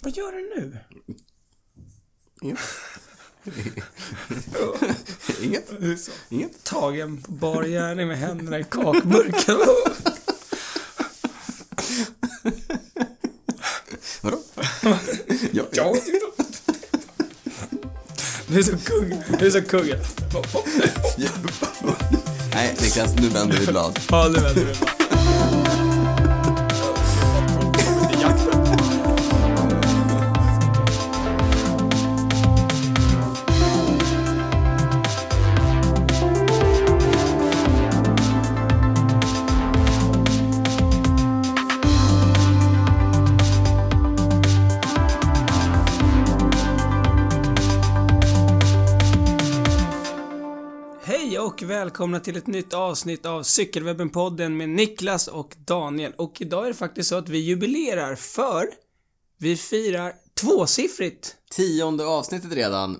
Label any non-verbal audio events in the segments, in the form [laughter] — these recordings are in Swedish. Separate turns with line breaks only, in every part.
Vad gör du nu? [laughs]
Inget?
Så.
Inget?
Tagen på bar gärning med händerna i kakburken.
Vadå? ja,
Ja. Du är som kung. Du är som kungen.
Nej, Niklas, nu vänder vi blad.
Ja, nu vänder vi. Hej och välkomna till ett nytt avsnitt av Cykelwebben-podden med Niklas och Daniel. Och idag är det faktiskt så att vi jubilerar för vi firar tvåsiffrigt.
Tionde avsnittet redan.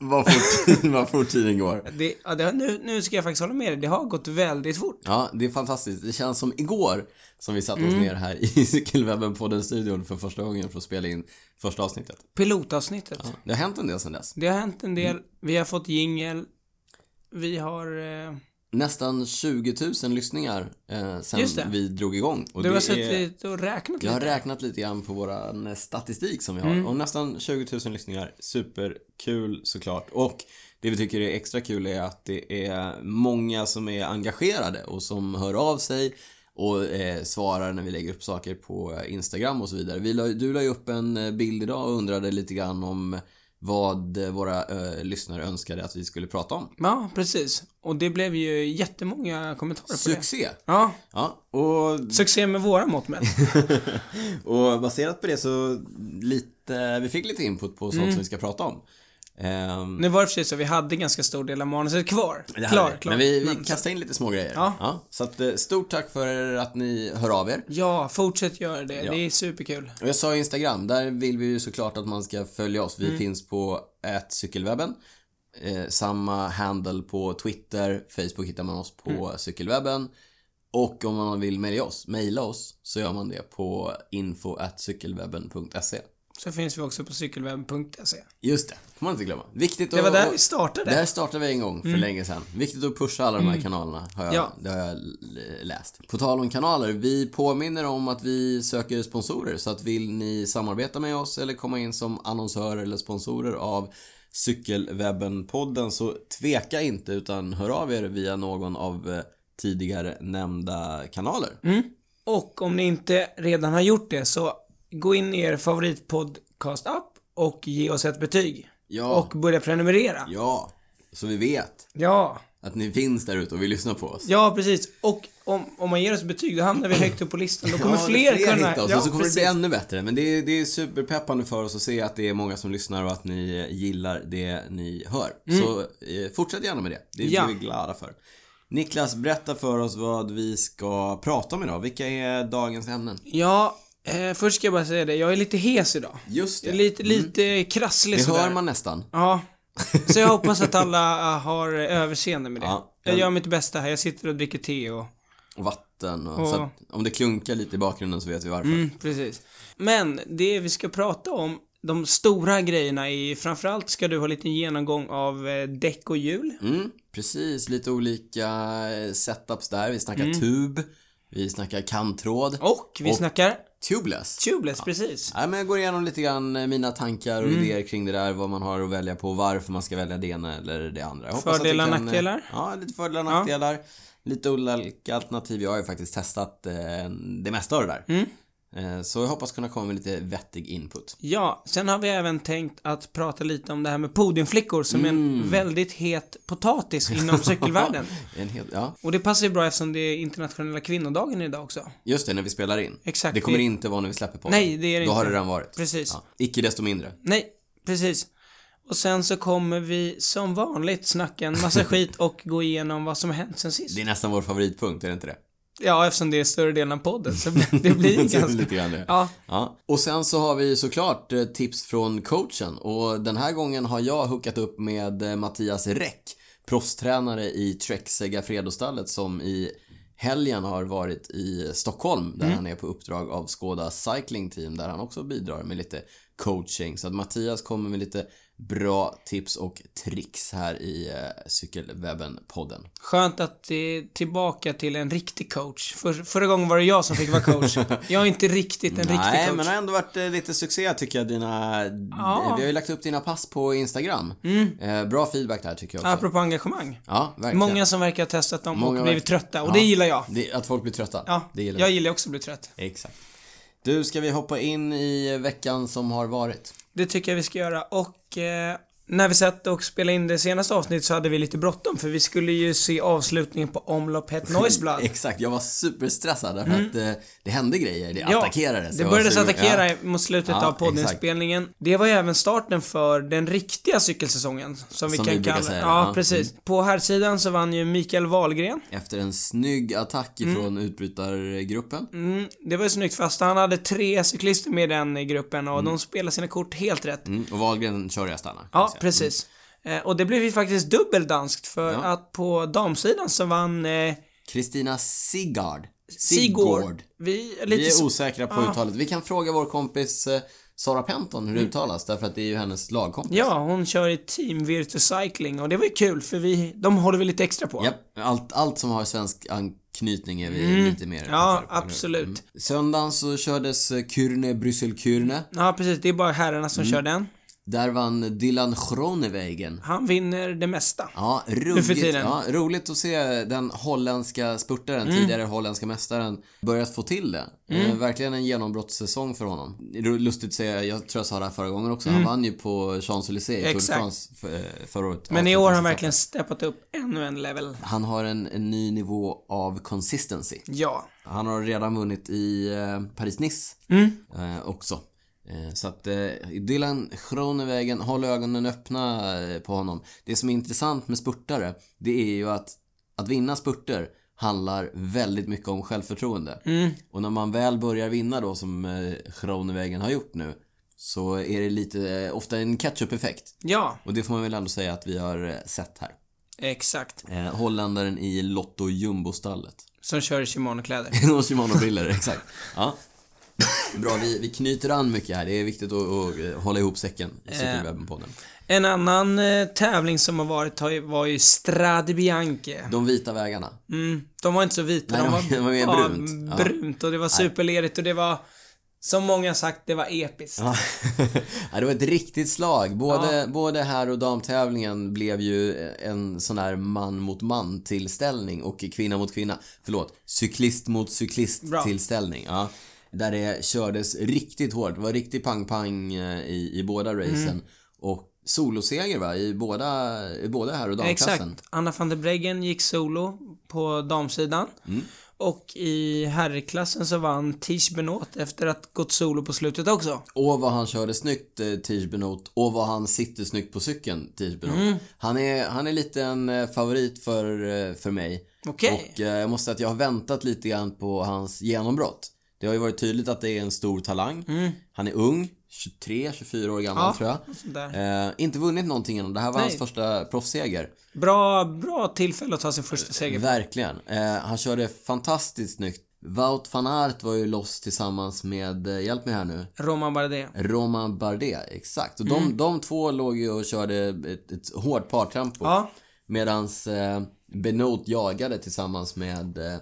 Vad fort, [laughs] vad fort tiden går.
Det, ja, det, har- nu, nu ska jag faktiskt hålla med dig, det har gått väldigt fort.
Ja, det är fantastiskt. Det känns som igår som vi
Mm.
satte oss ner här i [laughs] cykelwebben på den studion för första gången för att spela in första avsnittet.
Pilotavsnittet.
Ja, det har hänt en del sedan dess.
Det har hänt en del,
Mm.
vi har fått jingel, vi har... Eh,
Nästan 20 000 lyssningar eh,
Just det.
sen vi drog igång. Och
du har
det är-
suttit och räknat
Jag har
lite. Mm.
räknat lite grann på våran eh, statistik som vi har och nästan 20 000 lyssningar. Superkul såklart. Och det vi tycker är extra kul är att det är många som är engagerade och som hör av sig och eh, svarar när vi lägger upp saker på eh, Instagram och så vidare. Vi la, du la ju upp en eh, bild idag och undrade lite grann om vad eh, våra eh, lyssnare önskade att vi skulle prata om.
Ja, precis. Och det blev ju jättemånga kommentarer på det.
Succé!
Ja,
Ja, och
succé med våra mått mätt.
Mm. Och baserat på det så lite, vi fick lite input på sånt
Mm.
som vi ska prata om. Ehm,
Nu var det för sig så vi hade ganska stor del av manuset kvar.
det här är
Klar,
det.
klar.
Men vi, vi kastar in lite små grejer.
Ja.
så att, eh, stort tack för att ni hör av er.
Ja, fortsätt göra det. Det är superkul.
Och jag sa Instagram, där vill vi ju såklart att man ska följa oss. Vi
Mm.
finns på cykelwebben. Eh, samma handle på Twitter, Facebook hittar man oss på
Mm.
cykelwebben. Och om man vill mejla oss, mejla oss, så gör man det på info cykelwebben.se.
Så finns vi också på cykelwebben.se.
Just det, får man inte glömma. Viktigt
Det var
att-
där vi
Det
startade.
här startade vi en gång för länge sedan. Viktigt att pusha alla de här kanalerna, har jag,
Mm. Ja.
det har jag l- läst. På tal om kanaler, vi påminner om att vi söker sponsorer. Så att vill ni samarbeta med oss eller komma in som annonsörer eller sponsorer av Cykelwebben-podden så tveka inte utan hör av er via någon av eh, tidigare nämnda kanaler.
Mm. Och om ni inte redan har gjort det så gå in i er favoritpodcast-app och ge oss ett betyg.
Ja,
Och börja prenumerera.
ja, så vi vet
Ja.
att ni finns där ute och vill lyssna på oss.
Ja, precis. Och om, om man ger oss betyg, då hamnar vi högt upp på listan. Då kommer
Ja,
fler, kunna...
hitta oss
ja,
och så kommer
precis.
det bli ännu bättre. Men det är, det är superpeppande för oss att se att det är många som lyssnar och att ni gillar det ni hör. Så eh, fortsätt gärna med det. Det är
Mm. Ja.
vi glada för. Niklas, berätta för oss vad vi ska prata om idag. Vilka är dagens ämnen?
Ja, eh, först ska jag bara säga det. Jag är lite hes idag.
Just det.
Lite, lite krasslig
Mm. Det
sådär.
hör man nästan.
Ja.
[laughs]
Så jag hoppas att alla äh, har överseende med det.
Ja.
jag gör mitt bästa här. Jag sitter och dricker te och...
Och vatten och,
Och-
så att om det klunkar lite i bakgrunden så vet vi varför.
Mm, precis. Men det vi ska prata om, de stora grejerna är framförallt ska du ha en liten genomgång av eh, däck och hjul.
Mm, precis, lite olika eh, setups där. Vi snackar
Mm.
tub, vi snackar kantråd,
Och vi
Och-
snackar
tubeless.
tubeless, precis.
Ja, men jag går igenom lite grann eh, mina tankar och
Mm.
idéer kring det där, vad man har att välja på och varför man ska välja det ena eller det andra. Jag hoppas att det
Fördelar,
kan, eh,
nackdelar?
Ja, lite fördelar och nackdelar. Lite olika alternativ. Jag har ju faktiskt testat eh, det mesta av det där.
Mm.
Eh, Så jag hoppas kunna komma med lite vettig input.
Ja, sen har vi även tänkt att prata lite om det här med podiumflickor som
Mm.
är en väldigt het potatis
[laughs]
inom cykelvärlden.
En hel, ja.
Och det passar ju bra eftersom det är internationella kvinnodagen idag också.
Just det, när vi spelar in.
Exakt.
Det kommer
Vi-
inte vara när vi släpper på
Nej, det är det
Då har det
inte.
redan varit.
Precis.
Ja. Icke desto mindre.
Nej, precis. Och sen så kommer vi som vanligt snacka en
[laughs]
massa skit och gå igenom vad som har hänt sen sist.
Det är nästan vår favoritpunkt, är det inte det?
Ja, eftersom det är större delen av podden så [laughs] det blir
Så [laughs] det är
ganska...
lite grann det.
Ja,
Ja. Och sen så har vi såklart eh, tips från coachen och den här gången har jag hookat upp med eh, Mattias Räck, proffstränare i Trek Segafredostallet som i helgen har varit i Stockholm där han är på uppdrag av Skoda Cycling Team där han också bidrar med lite coaching. Så att Mattias kommer med lite bra tips och tricks här i eh, Cykelwebben-podden.
Skönt att det är tillbaka till en riktig coach. För, förra gången var det jag som fick vara
[laughs]
coach. Jag är inte riktigt en riktig
Nej,
coach.
men det har ändå varit eh, lite succé tycker jag. Dina... eh, Vi har ju lagt upp dina pass på Instagram.
Mm.
Eh, bra feedback där tycker jag också.
Apropå engagemang.
Ja, verkligen.
Många som verkar ha testat dem
Många
och blivit
verkar-
trötta och
Ja.
det gillar jag.
Det, att folk blir trötta.
Ja,
det gillar
jag
jag.
gillar också att bli trött.
Exakt. Du, ska vi hoppa in i veckan som har varit?
Det tycker jag vi ska göra och eh, när vi satt och spelade in det senaste avsnittet så hade vi lite bråttom för vi skulle ju se avslutningen på Omlopp Het
[laughs]
Noiseblad.
Exakt, jag var superstressad därför att eh, det hände grejer. Det attackerades.
Mm. det
Jag var
började
sugen-
attackera
Ja.
mot slutet
Ja,
av poddinspelningen. Det var ju även starten för den riktiga cykelsäsongen. Som vi
Som
kan
vi brukar
kalla
säga,
Ja,
ja. Mm.
precis. På här sidan så vann ju Mikael Wahlgren.
Efter en snygg attack ifrån utbrytargruppen.
Mm, det var ju snyggt fast han hade tre cyklister med i den i gruppen och de spelade sina kort helt rätt.
Mm. Och Wahlgren kör jag stannar. kan jag
Ja,
säga. Mm.
precis. Eh, och det blev ju faktiskt dubbeldanskt för att på damsidan så vann eh,
Kristina Sigard.
Sigurd. Vi är lite
Vi är
så-
osäkra på uttalet. Vi kan fråga vår kompis eh, Sara Penton hur det uttalas därför att det är ju hennes lagkompis.
Ja, hon kör i Team Virtu Cycling och det var ju kul för vi, de håller vi lite extra på.
Japp, allt, allt som har svensk anknytning är vi lite mer
Ja,
peppade på, eller hur?
absolut.
Mm. Söndagen så kördes eh, Kürne, Bryssel-Kürne.
Ja, precis. Det är bara herrarna som
Mm.
kör den.
Där vann Dylan Schronewegen.
Han vinner det mesta.
Ja,
för
ruggigt,
tiden. Mm.
ja, roligt att se den holländska spurtaren, tidigare holländska mästaren, börjat få till det. Eh, verkligen en genombrottssäsong för honom. Det är Lustigt att säga, jag tror jag sa det här förra gången också, han vann ju på Champs-Élysées i Tour de
Mm. Exakt.
France för- eh, förra året.
Men i
Avslutade
år har
säsongen.
han verkligen steppat upp ännu en level.
Han har en, en ny nivå av consistency.
Ja.
Han har redan vunnit i eh, Paris-Nice
Mm.
eh, också. Eh, så att eh, Dylan Schronevägen, håll ögonen öppna eh, på honom. Det som är intressant med spurtare, det är ju att att vinna spurter handlar väldigt mycket om självförtroende. Och när man väl börjar vinna då som eh, Schronevägen har gjort nu så är det lite, eh, ofta en catch-up-effekt.
Ja,
Och det får man väl ändå säga att vi har eh, sett här.
exakt.
Eh, holländaren i Lotto Jumbo-stallet.
Som kör i Shimano-kläder.
[laughs] Och
[laughs]
Shimano-briller, exakt. Ja. Bra, vi, vi knyter an mycket här. Det är viktigt att, att hålla ihop säcken
Eh.
i Cykelwebben-podden.
En annan eh, tävling som har varit har ju, var ju Strade Bianche.
De vita vägarna.
Mm, de var inte så vita,
Nej,
de
de var
var,
mer
ja,
brunt. Ja.
brunt och det var superlerigt och det var, som många sagt, det var episkt.
[laughs] ja, det var ett riktigt slag. Både, både här och damtävlingen blev ju en sån här man mot man tillställning och kvinna mot kvinna. Förlåt, cyklist mot cyklist
Bra.
tillställning. Ja. Där det kördes riktigt hårt. Det var riktig pang-pang eh, i, i båda racen.
Mm.
Och soloseger va, i båda, i båda här och
Exakt.
damklassen.
Anna van der Breggen gick solo på damsidan.
Mm.
Och i herrklassen så vann Tish Benot efter att gått solo på slutet också.
Och vad han körde snyggt, eh, Tige Benot. Och vad han sitter snyggt på cykeln, Tige Benot.
Mm.
Han, är, han är lite en eh, favorit för, eh, för mig.
Okej.
Och eh, jag måste säga att jag har väntat lite grann på hans genombrott. Det har ju varit tydligt att det är en stor talang. Han är ung, 23-24 år gammal
Mm. Ja,
tror jag.
något sånt där.
Eh, inte vunnit någonting än. Det här var hans första proffsseger.
Bra, bra tillfälle att ta sin första seger.
Verkligen. Eh, han körde fantastiskt snyggt. Wout van Aert var ju loss tillsammans med, eh, hjälp mig här nu,
Roman
Eh.
Bardet.
Roman Bardet, exakt. Och
Mm.
de, de två låg ju och körde ett, ett hårt partempo.
Ja.
Medans eh, Benot jagade tillsammans med eh,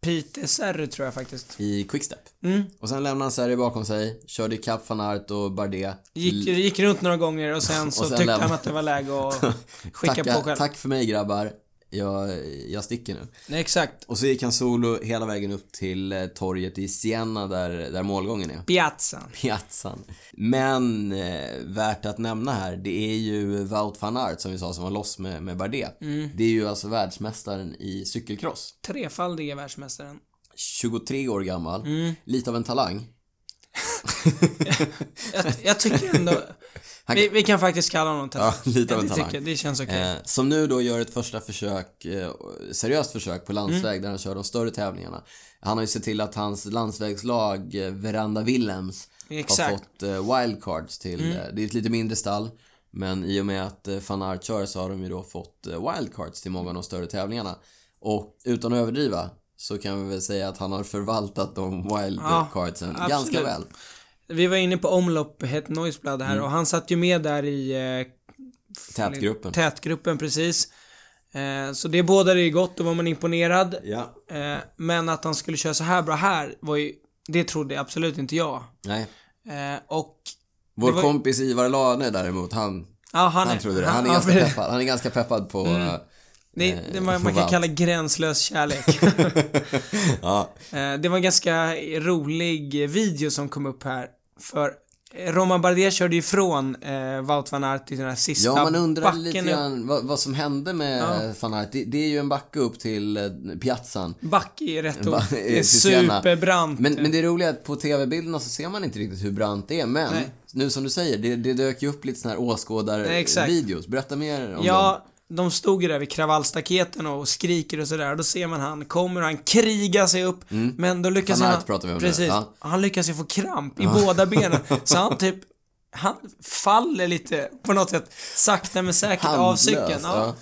Peter Serru tror jag faktiskt.
i Quickstep.
Mm.
Och sen lämnade han Sverige bakom sig, körde ikapp van Aert och Bardet.
Gick, gick runt några gånger och sen så
sen
tyckte
lämna-
han att det var läge
[laughs]
att skicka
Tacka,
på själv.
tack för mig grabbar, jag, jag sticker nu.
Nej, exakt.
Och så gick han solo hela vägen upp till eh, torget i Siena där, där målgången är.
Piazzan.
Piazzan. Men eh, värt att nämna här, det är ju Wout van Aert som vi sa som var loss med, med Bardet.
Mm.
Det är ju alltså världsmästaren i cykelcross.
Trefaldige världsmästaren.
23 år gammal,
Mm.
lite av en talang. [laughs]
Jag, jag tycker
[laughs]
ändå... vi, vi kan faktiskt kalla honom talang.
Ja, lite av en
det,
talang.
tycker jag. det känns okej.
Eh, som nu då gör ett första försök, eh, seriöst försök på landsväg
Mm.
där han kör de större tävlingarna. Han har ju sett till att hans landsvägslag, eh, Veranda Willems, har
Exakt. Mm.
fått eh, wildcards till, eh, det är ett lite mindre stall. Men i och med att eh, van Aert kör så har de ju då fått eh, wildcards till många av de större tävlingarna. Och utan att överdriva så kan vi väl säga att han har förvaltat de wildcardsen
Ja,
ganska
absolut.
väl.
Vi var inne på omlopp Het Noisblad
Mm.
här och han satt ju med där i eh,
Tätgruppen.
tätgruppen precis. Eh, så det bådade ju gott, då var man imponerad.
Ja.
Eh, men att han skulle köra så här bra här var ju, det trodde absolut inte jag.
Nej.
Eh, och,
Vår
Det var-
kompis Ivar Lane däremot, han,
ja han, Mm.
han,
är-
trodde det. Han
[laughs]
är
ja,
ganska
precis.
peppad. Han är ganska peppad på... eh,
det,
eh,
det man, man kan
förvalt.
kalla gränslös kärlek.
Ja,
Eh, Det var en ganska rolig video som kom upp här. För Roman Bardier körde ju ifrån eh, Wout van Aert i den här sista
ja man undrar
backen.
lite
upp-
grann vad, vad som hände med
Ja.
ja. van Aert. Det, det är ju en backe upp till eh, piazzan.
Back är
[laughs]
rätt ord.
Ba-
Det är
till Siena.
superbrant.
Men, men det roliga är att på TV-bilderna så ser man inte riktigt hur brant det är. Men
Nej.
nu som du säger, det, det dök ju upp lite sådana här
Nej, exakt.
åskådarvideos. Berätta mer om dem.
ja, de stod ju där vid kravallstaketen och skriker och sådär. Då ser man han kommer och han krigar sig upp.
Mm.
Men då lyckas
Van
han...
Aert pratar vi om nu,
Precis.
ja.
Han lyckas ju få kramp i båda
[laughs]
benen. Så han typ... Han faller lite på något sätt sakta men säkert av
Handlös,
cykeln. Ja.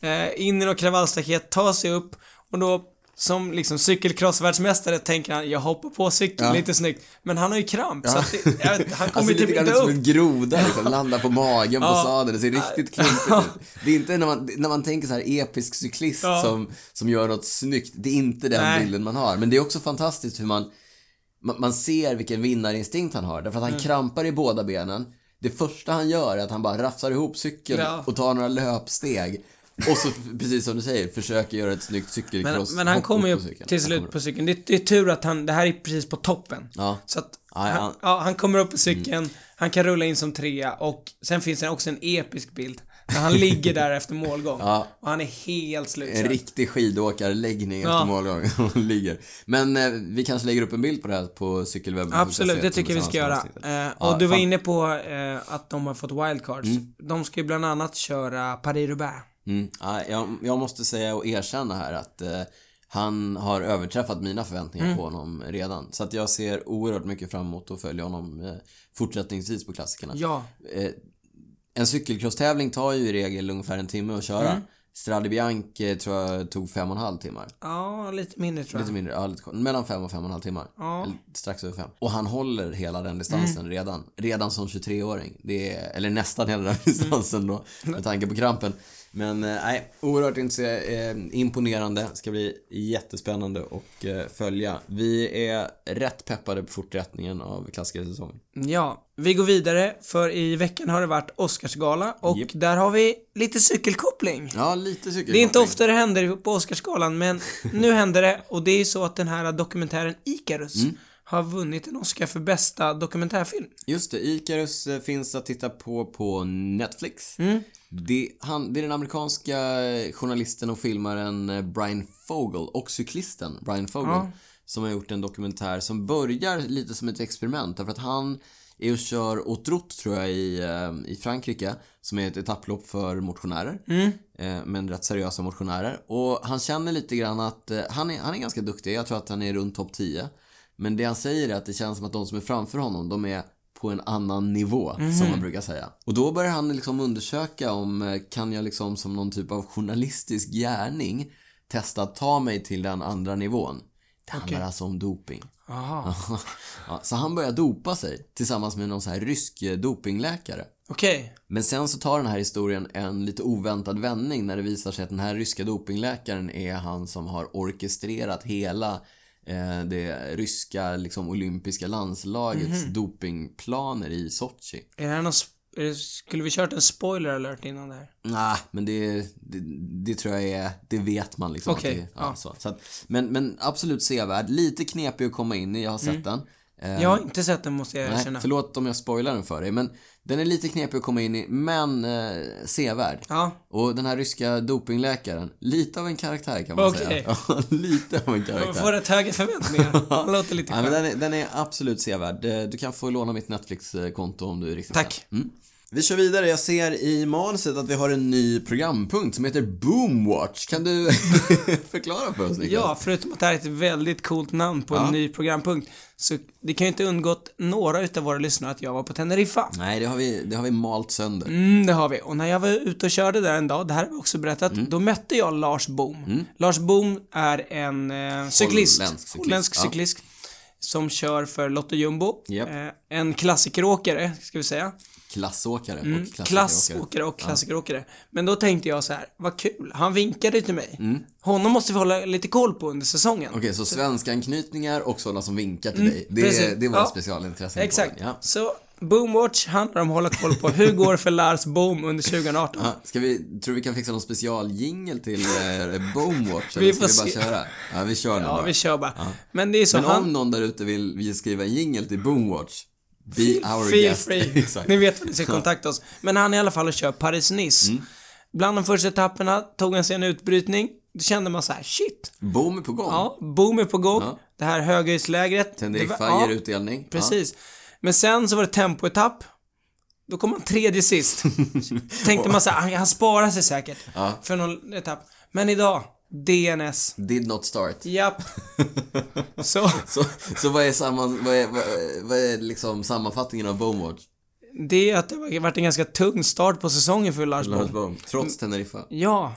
ja.
Eh, in i något kravallstaket, tar sig upp och då som liksom cykelcrossvärldsmästare tänker han, jag hoppar på cykeln lite snyggt. Men han har ju kramp så att det, jag vet, han kommer
Alltså lite
typ
grann
inte
som
upp.
en groda
[laughs]
liksom, landar på magen på
Ja.
sadeln. Det ser riktigt klumpigt ut. Det är inte när man, när man tänker så här episk cyklist
Ja.
som, som gör något snyggt. Det är inte den
Nej.
bilden man har. Men det är också fantastiskt hur man, man, man ser vilken vinnarinstinkt han har. Därför att han
Mm.
krampar i båda benen. Det första han gör är att han bara rafsar ihop cykeln
Ja.
och tar några löpsteg. Och så, precis som du säger, försöker göra ett snyggt
Men,
cykelcross.
men han
hopp
kommer ju
upp på cykeln.
upp till
Han
slut
kommer upp.
på cykeln. Det, det är tur att han, det här är precis på toppen.
Ja.
Så att
Ja, ja,
han,
han- Mm.
ja, han kommer upp på cykeln, han kan rulla in som trea och sen finns det också en episk bild. När han ligger där efter målgång.
[laughs] Ja.
Och han är helt slut.
En riktig skidåkarläggning
Ja.
efter målgång. [laughs] Hon ligger. Men eh, vi kanske lägger upp en bild på det här på cykelwebben.
Absolut, det tycker vi ska göra. Eh, och du var inne på eh, att de har fått wildcards. De ska ju bland annat köra Paris-Roubaix.
Mm. Ja, jag, jag måste säga och erkänna här att eh, han har överträffat mina förväntningar
Mm.
på honom redan. Så att jag ser oerhört mycket fram emot att följa honom eh, fortsättningsvis på klassikerna.
Ja,
Eh, en cykelcrosstävling tar ju i regel ungefär en timme att köra.
Mm.
Strade Bianche eh, tror jag tog fem och en halv timmar.
ja lite mindre tror jag.
Lite mindre, ja, lite, kort. mellan fem och fem och en halv timmar.
Ja. Mm.
Eller Strax över fem. Och han håller hela den distansen redan. Redan som 23-åring. Det är, eller nästan hela den distansen då.
Mm.
Med tanke på krampen. Men eh, nej, oerhört intresse- eh, imponerande. Ska bli jättespännande och eh, följa. Vi är rätt peppade på fortsättningen av klassikersäsongen.
Ja, vi går vidare för i veckan har det varit Oscarsgala och
Japp.
där har vi lite cykelkoppling.
Ja, lite cykel.
Det är inte ofta det händer på Oscarsgalan men nu händer det och det är ju så att den här dokumentären Icarus
Mm.
har vunnit en Oscar för bästa dokumentärfilm.
Just det, Icarus eh, finns att titta på på Netflix. Det, han, det är den amerikanska eh, journalisten och filmaren eh, Brian Fogel och cyklisten Brian Fogel som har gjort en dokumentär som börjar lite som ett experiment därför att han är och kör Autoroute tror jag i, eh, i Frankrike som är ett etapplopp för motionärer. Eh, Men rätt seriösa motionärer. Och han känner lite grann att eh, han är, han är ganska duktig. Jag tror att han är runt topp 10. Men det han säger är att det känns som att de som är framför honom, de är på en annan nivå, som man brukar säga. Och då börjar han liksom undersöka om, eh, kan jag liksom som någon typ av journalistisk gärning testa att ta mig till den andra nivån? Det handlar alltså om doping. [laughs]
Jaha,
ja, så han börjar dopa sig tillsammans med någon så här rysk eh, dopingläkare.
okej.
Men sen så tar den här historien en lite oväntad vändning när det visar sig att den här ryska dopingläkaren är han som har orkestrerat hela eh, det ryska liksom, olympiska landslagets
Mhm.
dopingplaner i Sochi.
Är det här någon, sp- är det, skulle vi kört en spoiler alert innan det här?
Nej, men det, det, det tror jag är, det vet man liksom. att
Okej,
det,
ja.
så, så att, men, men absolut sevärd. Lite knepig att komma in i, jag har sett den. Eh,
Jag har inte sett den måste Mm. jag
Nej,
erkänna.
förlåt om jag spoilar den för dig, men den är lite knepig att komma in i, men eh, sevärd.
Ja,
Och den här ryska dopingläkaren, lite av en karaktär kan man
Okej.
säga. [laughs] Ja, lite av en
man
karaktär.
får rätt höga
[laughs]
förväntningar. Han låter lite
Ja,
skön.
men den, är, den är absolut sevärd. Eh, Du kan få låna mitt Netflix-konto om du är riktigt
Tack.
snäll. Mm. Vi kör vidare. Jag ser i manuset att vi har en ny programpunkt som heter Boomwatch. Kan du [laughs] förklara för oss, Niklas?
Ja, förutom att det här är ett väldigt coolt namn på
Ja.
en ny programpunkt, så det kan ju inte undgått några utav våra lyssnare att jag var på Teneriffa.
Nej, det har, vi, det har vi malt sönder.
Mm, det har vi. Och när jag var ute och körde där en dag, det här har vi också berättat,
Mm.
då mötte jag Lars Boom. Lars Boom är en eh, cyklist.
Holländsk cyklist,
Holländsk
ja.
cyklist. Som kör för Lotto Jumbo.
Japp.
Eh, en klassikeråkare, ska vi säga.
Klassåkare
Mm.
och klassikeråkare.
Klassåkare och klassikeråkare. Men då tänkte jag så här, vad kul. Han vinkade till mig. Honom måste vi hålla lite koll på under säsongen.
Mm. Okej, så svenskanknytningar och sådana som vinkar till dig.
Mm, precis.
Det, det var
Ja.
specialintressen på
Exakt.
den, Ja.
Så Boomwatch handlar om att hålla koll på hur går för Lars Boom under 2018.
Ja, ska vi, tror vi kan fixa någon specialjingel till eh, Boomwatch?
Vi
Eller ska
får
vi
se.
bara köra? Ja, vi kör nu
Ja,
bara.
vi kör bara. Men det är så
Men
han...
om någon där ute vill, vill skriva en jingel till Boomwatch, be our
Feel
guest.
free.
[laughs] Exakt.
Ni vet var ni ska kontakta oss. Men han är i alla fall och kör Paris-Nice.
Mm.
Bland de första etapperna tog han sig en utbrytning. Då kände man så här, shit.
Boom är på gång.
Ja, boom är på gång. Det här höghöjdslägret.
Teneriffa
det var-
ger utdelning.
Precis. Men sen så var det tempoetapp. Då kom han tredje
[laughs]
sist. Tänkte man så här, han, han sparar sig säkert för någon etapp. Men idag, DNS.
Ja. Did not start. [laughs]
Japp. Så,
Så, så vad, är samma, vad, är, vad är- vad är liksom sammanfattningen av Boomwatch?
det är att det har varit en ganska tung start på säsongen för Lars Boom.
Lars Boom. Trots Teneriffa.
Ja,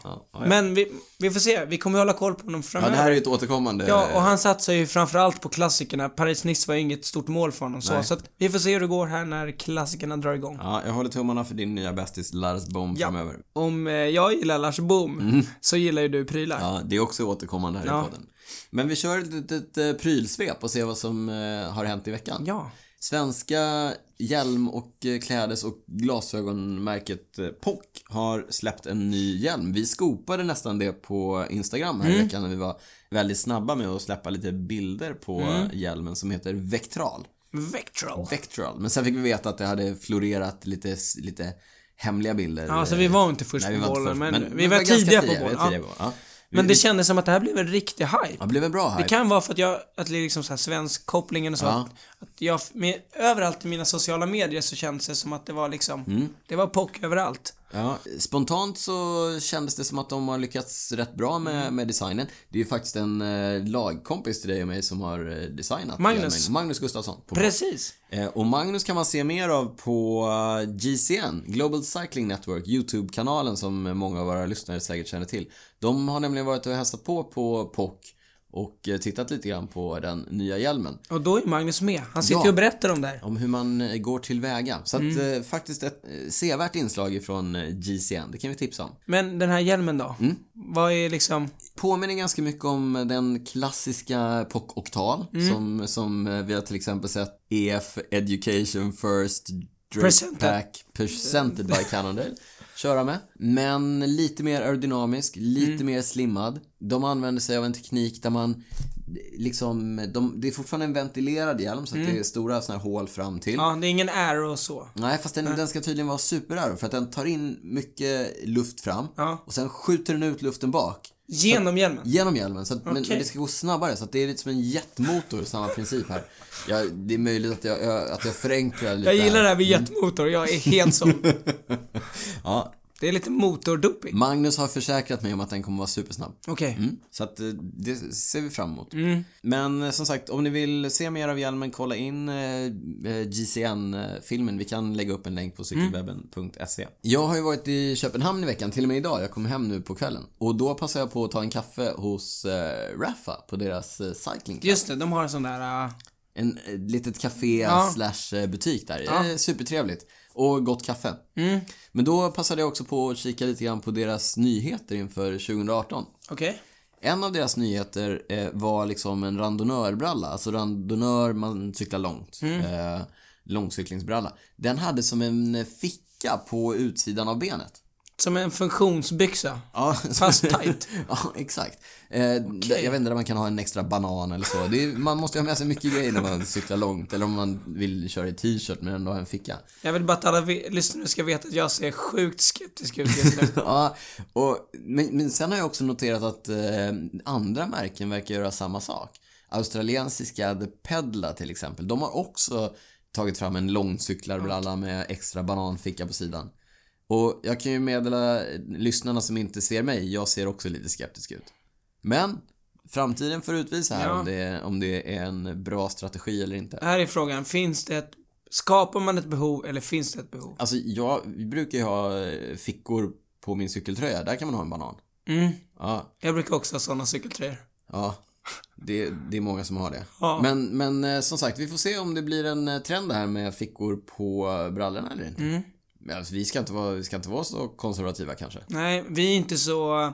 men vi, vi får se. Vi kommer ju hålla koll på honom
Ja, det här
framöver.
är ju ett återkommande...
Ja, och han satsar ju framförallt på klassikerna. Paris-Nice var ju inget stort mål för honom så. Så att vi får se hur det går här när klassikerna drar igång.
Ja, jag håller tummarna för din nya bästis Lars Boom framöver.
Om eh, jag gillar Lars Boom, så gillar ju du prylar.
Mm. Ja, det är också återkommande här i podden. Men vi kör ett litet eh, prylsvep och ser vad som eh, har hänt i veckan.
Ja.
Svenska hjälm och eh, klädes och glasögonmärket eh, POC har släppt en ny hjälm. Vi skopade nästan det på Instagram
Mm.
här i veckan när vi var väldigt snabba med att släppa lite bilder på
Mm.
hjälmen som heter Vectral.
Vectral.
Vectral. Men sen fick vi veta att det hade florerat lite, lite hemliga bilder.
Ja, så vi var inte först
Nej, vi
på
var inte
bollen,
först,
men,
men
vi var,
ganska
tidiga på
vi var
bollen.
tidiga
Ja.
på- ja. Vi-
Men det kändes som att det här blev en riktig hype.
Ja, det blev en bra hype.
Det kan vara för att jag, att det är liksom så här svensk kopplingen och så.
Ja.
Att, att jag, med, överallt i mina sociala medier så kändes det som att det var liksom,
Mm.
det var pock överallt.
Ja, spontant så kändes det som att de har lyckats rätt bra
Mm.
med, med designen. Det är ju faktiskt en eh, lagkompis till dig och mig som har eh, designat
Magnus.
hjälmen. Magnus Gustafsson. På
Precis.
eh, och Magnus kan man se mer av på eh, GCN, Global Cycling Network, YouTube-kanalen som många av våra lyssnare säkert känner till. De har nämligen varit och hälsat på på POC och eh, tittat lite grann på den nya hjälmen.
Och då är Magnus med. Han sitter
Ja.
ju och berättar om det här.
Om hur man eh, går tillväga. Så att
Mm.
eh, faktiskt ett eh, sevärt inslag ifrån eh, GCN, det kan vi tipsa om.
Men den här hjälmen då? Vad är liksom,
påminner ganska mycket om den klassiska POC Oktal
Mm.
som, som eh, vi har till exempel sett EF Education First Drake
Presented.
Pack Presented by Cannondale köra med. Men lite mer aerodynamisk, lite
Mm.
mer slimmad. De använder sig av en teknik där man liksom, de, det är fortfarande en ventilerad hjälm så att det är stora såna här hål fram till.
Mm. ja det är ingen arrow och så.
Nej, fast den, den ska tydligen vara superarrow för att den tar in mycket luft fram
Ja.
och sen skjuter den ut luften bak.
Genom hjälmen.
Genom hjälmen, så att, men,
Okej.
men det ska gå snabbare. Så att det är lite som en jetmotor, samma princip här. Jag, det är möjligt att jag, jag, att jag förenklar lite
Jag gillar
här.
det här med jetmotor, jag är helt sån.
Ja,
Det är lite motordoping.
Magnus har försäkrat mig om att den kommer vara supersnabb.
Okej.
Mm. Så att eh, det ser vi fram emot.
Mm.
Men eh, som sagt, om ni vill se mer av hjälmen, kolla in eh, GCN-filmen. eh, Vi kan lägga upp en länk
Mm.
på cykelwebben.se. E. Jag har ju varit i Köpenhamn i veckan, till och med idag. Jag kom hem nu på kvällen. Och då passade jag på att ta en kaffe hos eh, Rafa på deras eh, cycling
Just det, de har en sån där... äh,
En, ett litet café slash eh, butik där. Eh, Supertrevligt. Och gott kaffe. Men då passade jag också på att kika lite grann på deras nyheter inför 2018.
Okej.
En av deras nyheter eh, var liksom en randonnörbralla. Alltså randonnör, man cyklar långt. Eh, långcyklingsbralla. Den hade som en ficka på utsidan av benet.
Som en funktionsbyxa.
Ja,
Fast tight.
[laughs] ja exakt. Eh, d- Jag vet inte om man kan ha en extra banan eller så. Det är, man måste ju ha med sig mycket grejer när man cyklar långt. Eller om man vill köra i t-shirt men ändå ha en ficka.
Jag vill bara att alla vi- lyssnare ska veta att jag ser sjukt skeptisk ut just nu.
[laughs] Ja, och, men, men sen har jag också noterat att eh, andra märken verkar göra samma sak. Australiensiska The Pedla till exempel. De har också tagit fram en långcyklarbrälla med extra bananficka på sidan. Och jag kan ju meddela lyssnarna som inte ser mig, jag ser också lite skeptisk ut. Men framtiden får utvisa här
Ja.
om, det är, om det är en bra strategi eller inte.
Här är frågan, finns det ett... Skapar man ett behov eller finns det ett behov?
Alltså jag vi brukar ju ha eh, fickor på min cykeltröja, där kan man ha en banan.
Mm.
Ja,
Jag brukar också ha såna cykeltröjor.
ja. Det, det är många som har det.
Ja.
Men, men eh, som sagt, vi får se om det blir en eh, trend här med fickor på eh, brallorna eller inte.
Mm.
Men Alltså, vi, ska inte vara, vi ska inte vara så konservativa kanske.
Nej, vi är inte så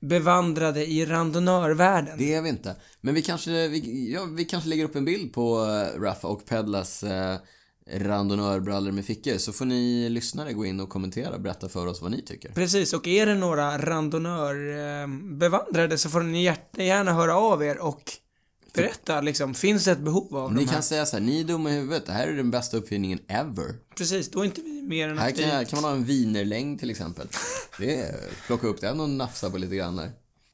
bevandrade i randonnörvärlden.
Det är vi inte. Men vi kanske, vi, ja, vi kanske lägger upp en bild på eh, Raffa och Pedlas eh, randonnörbrallor med fickor. Så får ni lyssnare gå in och kommentera och berätta för oss vad ni tycker.
Precis, och är det några randonnörbevandrade så får ni hjärta- gärna höra av er och berätta liksom, finns det ett behov av
Ni
de här?
kan säga så här, ni är dumma i huvudet. Det här är den bästa uppfinningen ever.
Precis, då är inte vi mer än
Här
att vi...
kan, kan man ha en wienerlängd till exempel. Det är, plocka upp den och nafsa på lite grann där.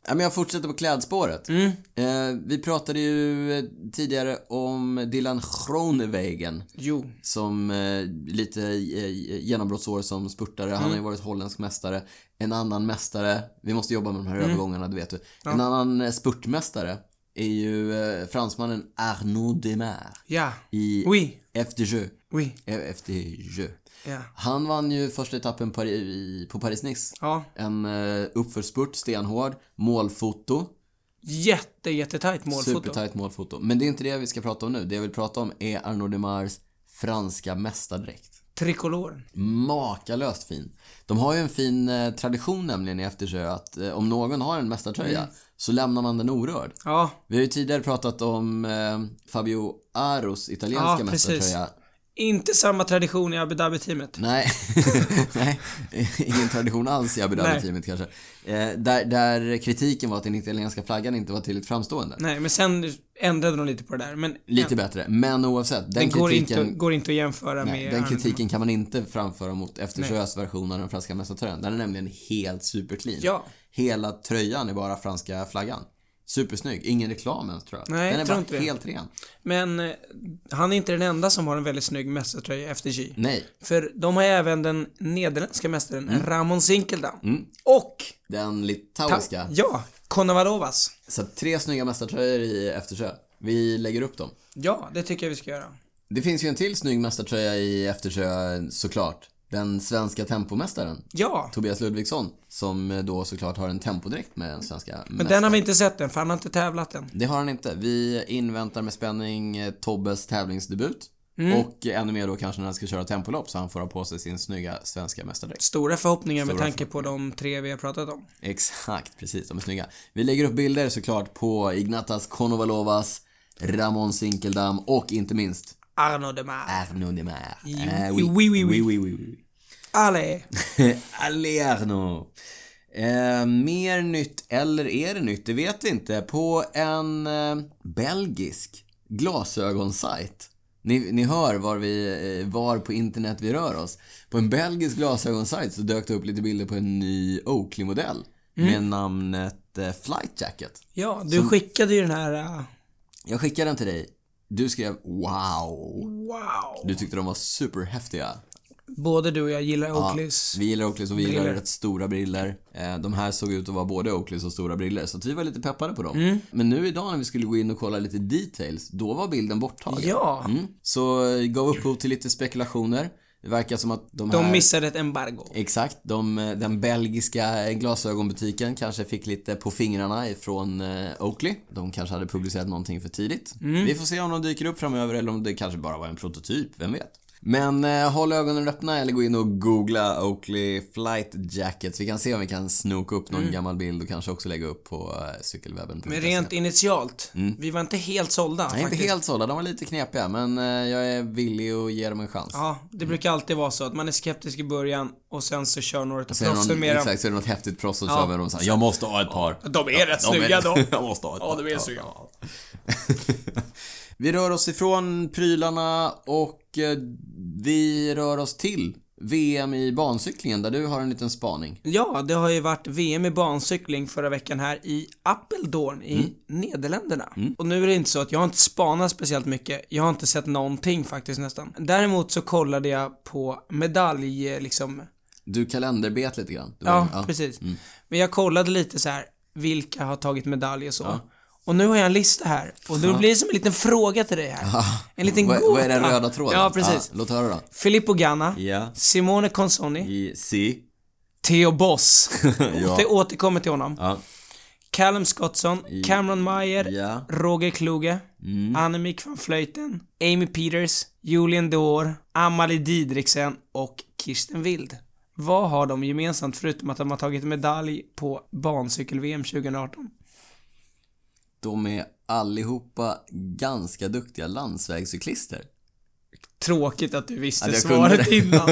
Ja, men jag fortsätter på klädspåret. Eh, vi pratade ju eh, tidigare om Dylan Groenewegen.
Jo.
Som eh, lite eh, genombrottsår som spurtare. Han har ju varit holländsk mästare. En annan mästare, vi måste jobba med de här övergångarna, det vet du. En annan eh, spurtmästare är ju eh, fransmannen Arnaud Demers
Ja.
i
Oui.
FDJ.
Oui.
Eh, FDJ.
Ja.
Han vann ju första etappen Pari- i- på Paris-Nice.
Ja.
En eh, uppförsspurt, stenhård, målfoto.
Jätte, jättetajt målfoto.
Supertight målfoto. Men det är inte det vi ska prata om nu. Det jag vill prata om är Arnaud Demars franska mästardräkt.
Trikoloren.
Makalöst fin. De har ju en fin eh, tradition nämligen i Eftersjö att eh, om någon har en mästartröja
Mm.
så lämnar man den orörd.
Ja.
Vi har ju tidigare pratat om eh, Fabio Aros italienska
Ja, precis.
mästartröja.
Inte samma tradition i Abu Dhabi-teamet. [laughs]
Nej, Nej. ingen tradition alls i Abu Dhabi-teamet kanske. Eh, där, där kritiken var att den italienska flaggan inte var tillräckligt framstående.
Nej, men sen ändrade de lite på det där. Men
Lite bättre, men oavsett. Den,
den går,
kritiken...
inte, går inte att jämföra
Nej,
med...
den
Arne Timmer.
kritiken kan man inte framföra mot Eftersjös version av den franska mästartröjan. Den är nämligen helt superclean.
Ja.
Hela tröjan är bara franska flaggan. Supersnygg. Ingen reklam ens tror jag.
Nej,
den är
tror
bara
inte det.
helt ren.
Men eh, han är inte den enda som har en väldigt snygg mästartröja efter G.
Nej,
För de har även den nederländska mästaren
Mm.
Ramon Zinkeldam. Och,
den litauiska.
ja, Konavalovas.
Så tre snygga mästartröjor i Eftersjö. Vi lägger upp dem.
Ja, det tycker jag vi ska göra.
Det finns ju en till snygg mästartröja i Eftersjö såklart. Den svenska tempomästaren.
Ja,
Tobias Ludvigsson, som då såklart har en tempodräkt med den svenska
men den har vi inte sett än för han har inte tävlat än.
Det har han inte. Vi inväntar med spänning eh, Tobbes tävlingsdebut.
Mm.
Och ännu mer då kanske när han ska köra tempolopp så han får ha på sig sin snygga svenska mästardräkt.
Stora förhoppningar med tanke på de tre vi har pratat om.
Exakt, precis. De är snygga. Vi lägger upp bilder såklart på Ignatas Konovalovas, Ramon Zinkeldam och inte minst
Arno de Mar.
Arnaud Demare.
i- oui, oui, oui.
oui, oui, oui.
Allez.
[laughs] Allez Arnaud. Eh, mer nytt eller är det nytt? Det vet vi inte. På en eh, belgisk glasögonsajt. Ni, ni hör var, vi, eh, var på internet vi rör oss. På en belgisk glasögonsajt så dök det upp lite bilder på en ny Oakley-modell. Med namnet eh, Flight Jacket.
Ja, du skickade ju den här... eh,
Jag skickade den till dig. Du skrev wow.
wow.
Du tyckte de var superhäftiga.
Både du och jag gillar Oakleys.
Vi gillar Oakleys och vi gillar
Briller.
rätt stora briller. Eh, De här såg ut att vara både Oakleys och stora briller så att vi var lite peppade på dem.
Mm.
Men nu idag när vi skulle gå in och kolla lite details, då var bilden borttagen.
Ja,
Mm. Så eh, gav upphov till lite spekulationer. Det verkar som att de här...
de missade ett embargo.
Äh. Exakt, de, eh, den belgiska glasögonbutiken kanske fick lite på fingrarna ifrån eh, Oakley. De kanske hade publicerat någonting för tidigt.
Mm.
Vi får se om de dyker upp framöver eller om det kanske bara var en prototyp, vem vet? Men eh, håll ögonen öppna eller gå in och googla Oakley flight jackets. Vi kan se om vi kan snoka upp någon gammal bild och kanske också lägga upp på eh, cykelwebben.
Mm. Men rent initialt, vi var inte helt sålda
Mm. Nej, inte
faktiskt.
helt sålda. De var lite knepiga, men eh, jag är villig att ge dem en chans.
Ja, det brukar alltid vara så att man är skeptisk i början och sen så kör några utav
Så är det
proffsen
någon,
med dem.
exakt, så är det något häftigt proffs som kör med dem så här, Jag måste ha ett par.
De är rätt
De är-
snygga
[laughs]
då.
jag måste ha ett
Ja,
par.
de är snygga.
Vi rör oss ifrån prylarna och eh, vi rör oss till VM i bancyklingen där du har en liten spaning.
Ja, det har ju varit VM i bancykling förra veckan här i Apeldoorn i
Mm.
Nederländerna. Och nu är det inte så att jag har inte spanat speciellt mycket. Jag har inte sett någonting faktiskt nästan. Däremot så kollade jag på medalj, liksom.
Du kalenderbet lite grann. Du "Ah,
Ja, precis.
Mm.
Men jag kollade lite så här, vilka har tagit medalj och så. Och nu har jag en lista här. Och då blir det som en liten fråga till dig här. En liten
Vad,
gåta.
vad är den röda tråden?
Ja, precis.
Ah, låt höra då.
Filippo Ganna,
Ja.
Simone Consoni,
I C.
Theo Boss.
[laughs] Ja.
Det återkommer till honom.
Ja.
Callum Scottson, Cameron Meyer,
Ja.
Roger Kluge,
Mm.
Annemiek van Vleuten, Amy Peters, Julian Dore, Amalie Didriksen och Kirsten Wild. Vad har de gemensamt förutom att de har tagit medalj på bancykel-VM 2018?
De är allihopa ganska duktiga landsvägscyklister.
Tråkigt att du visste
Att jag kunde
svaret
det. [laughs]
innan.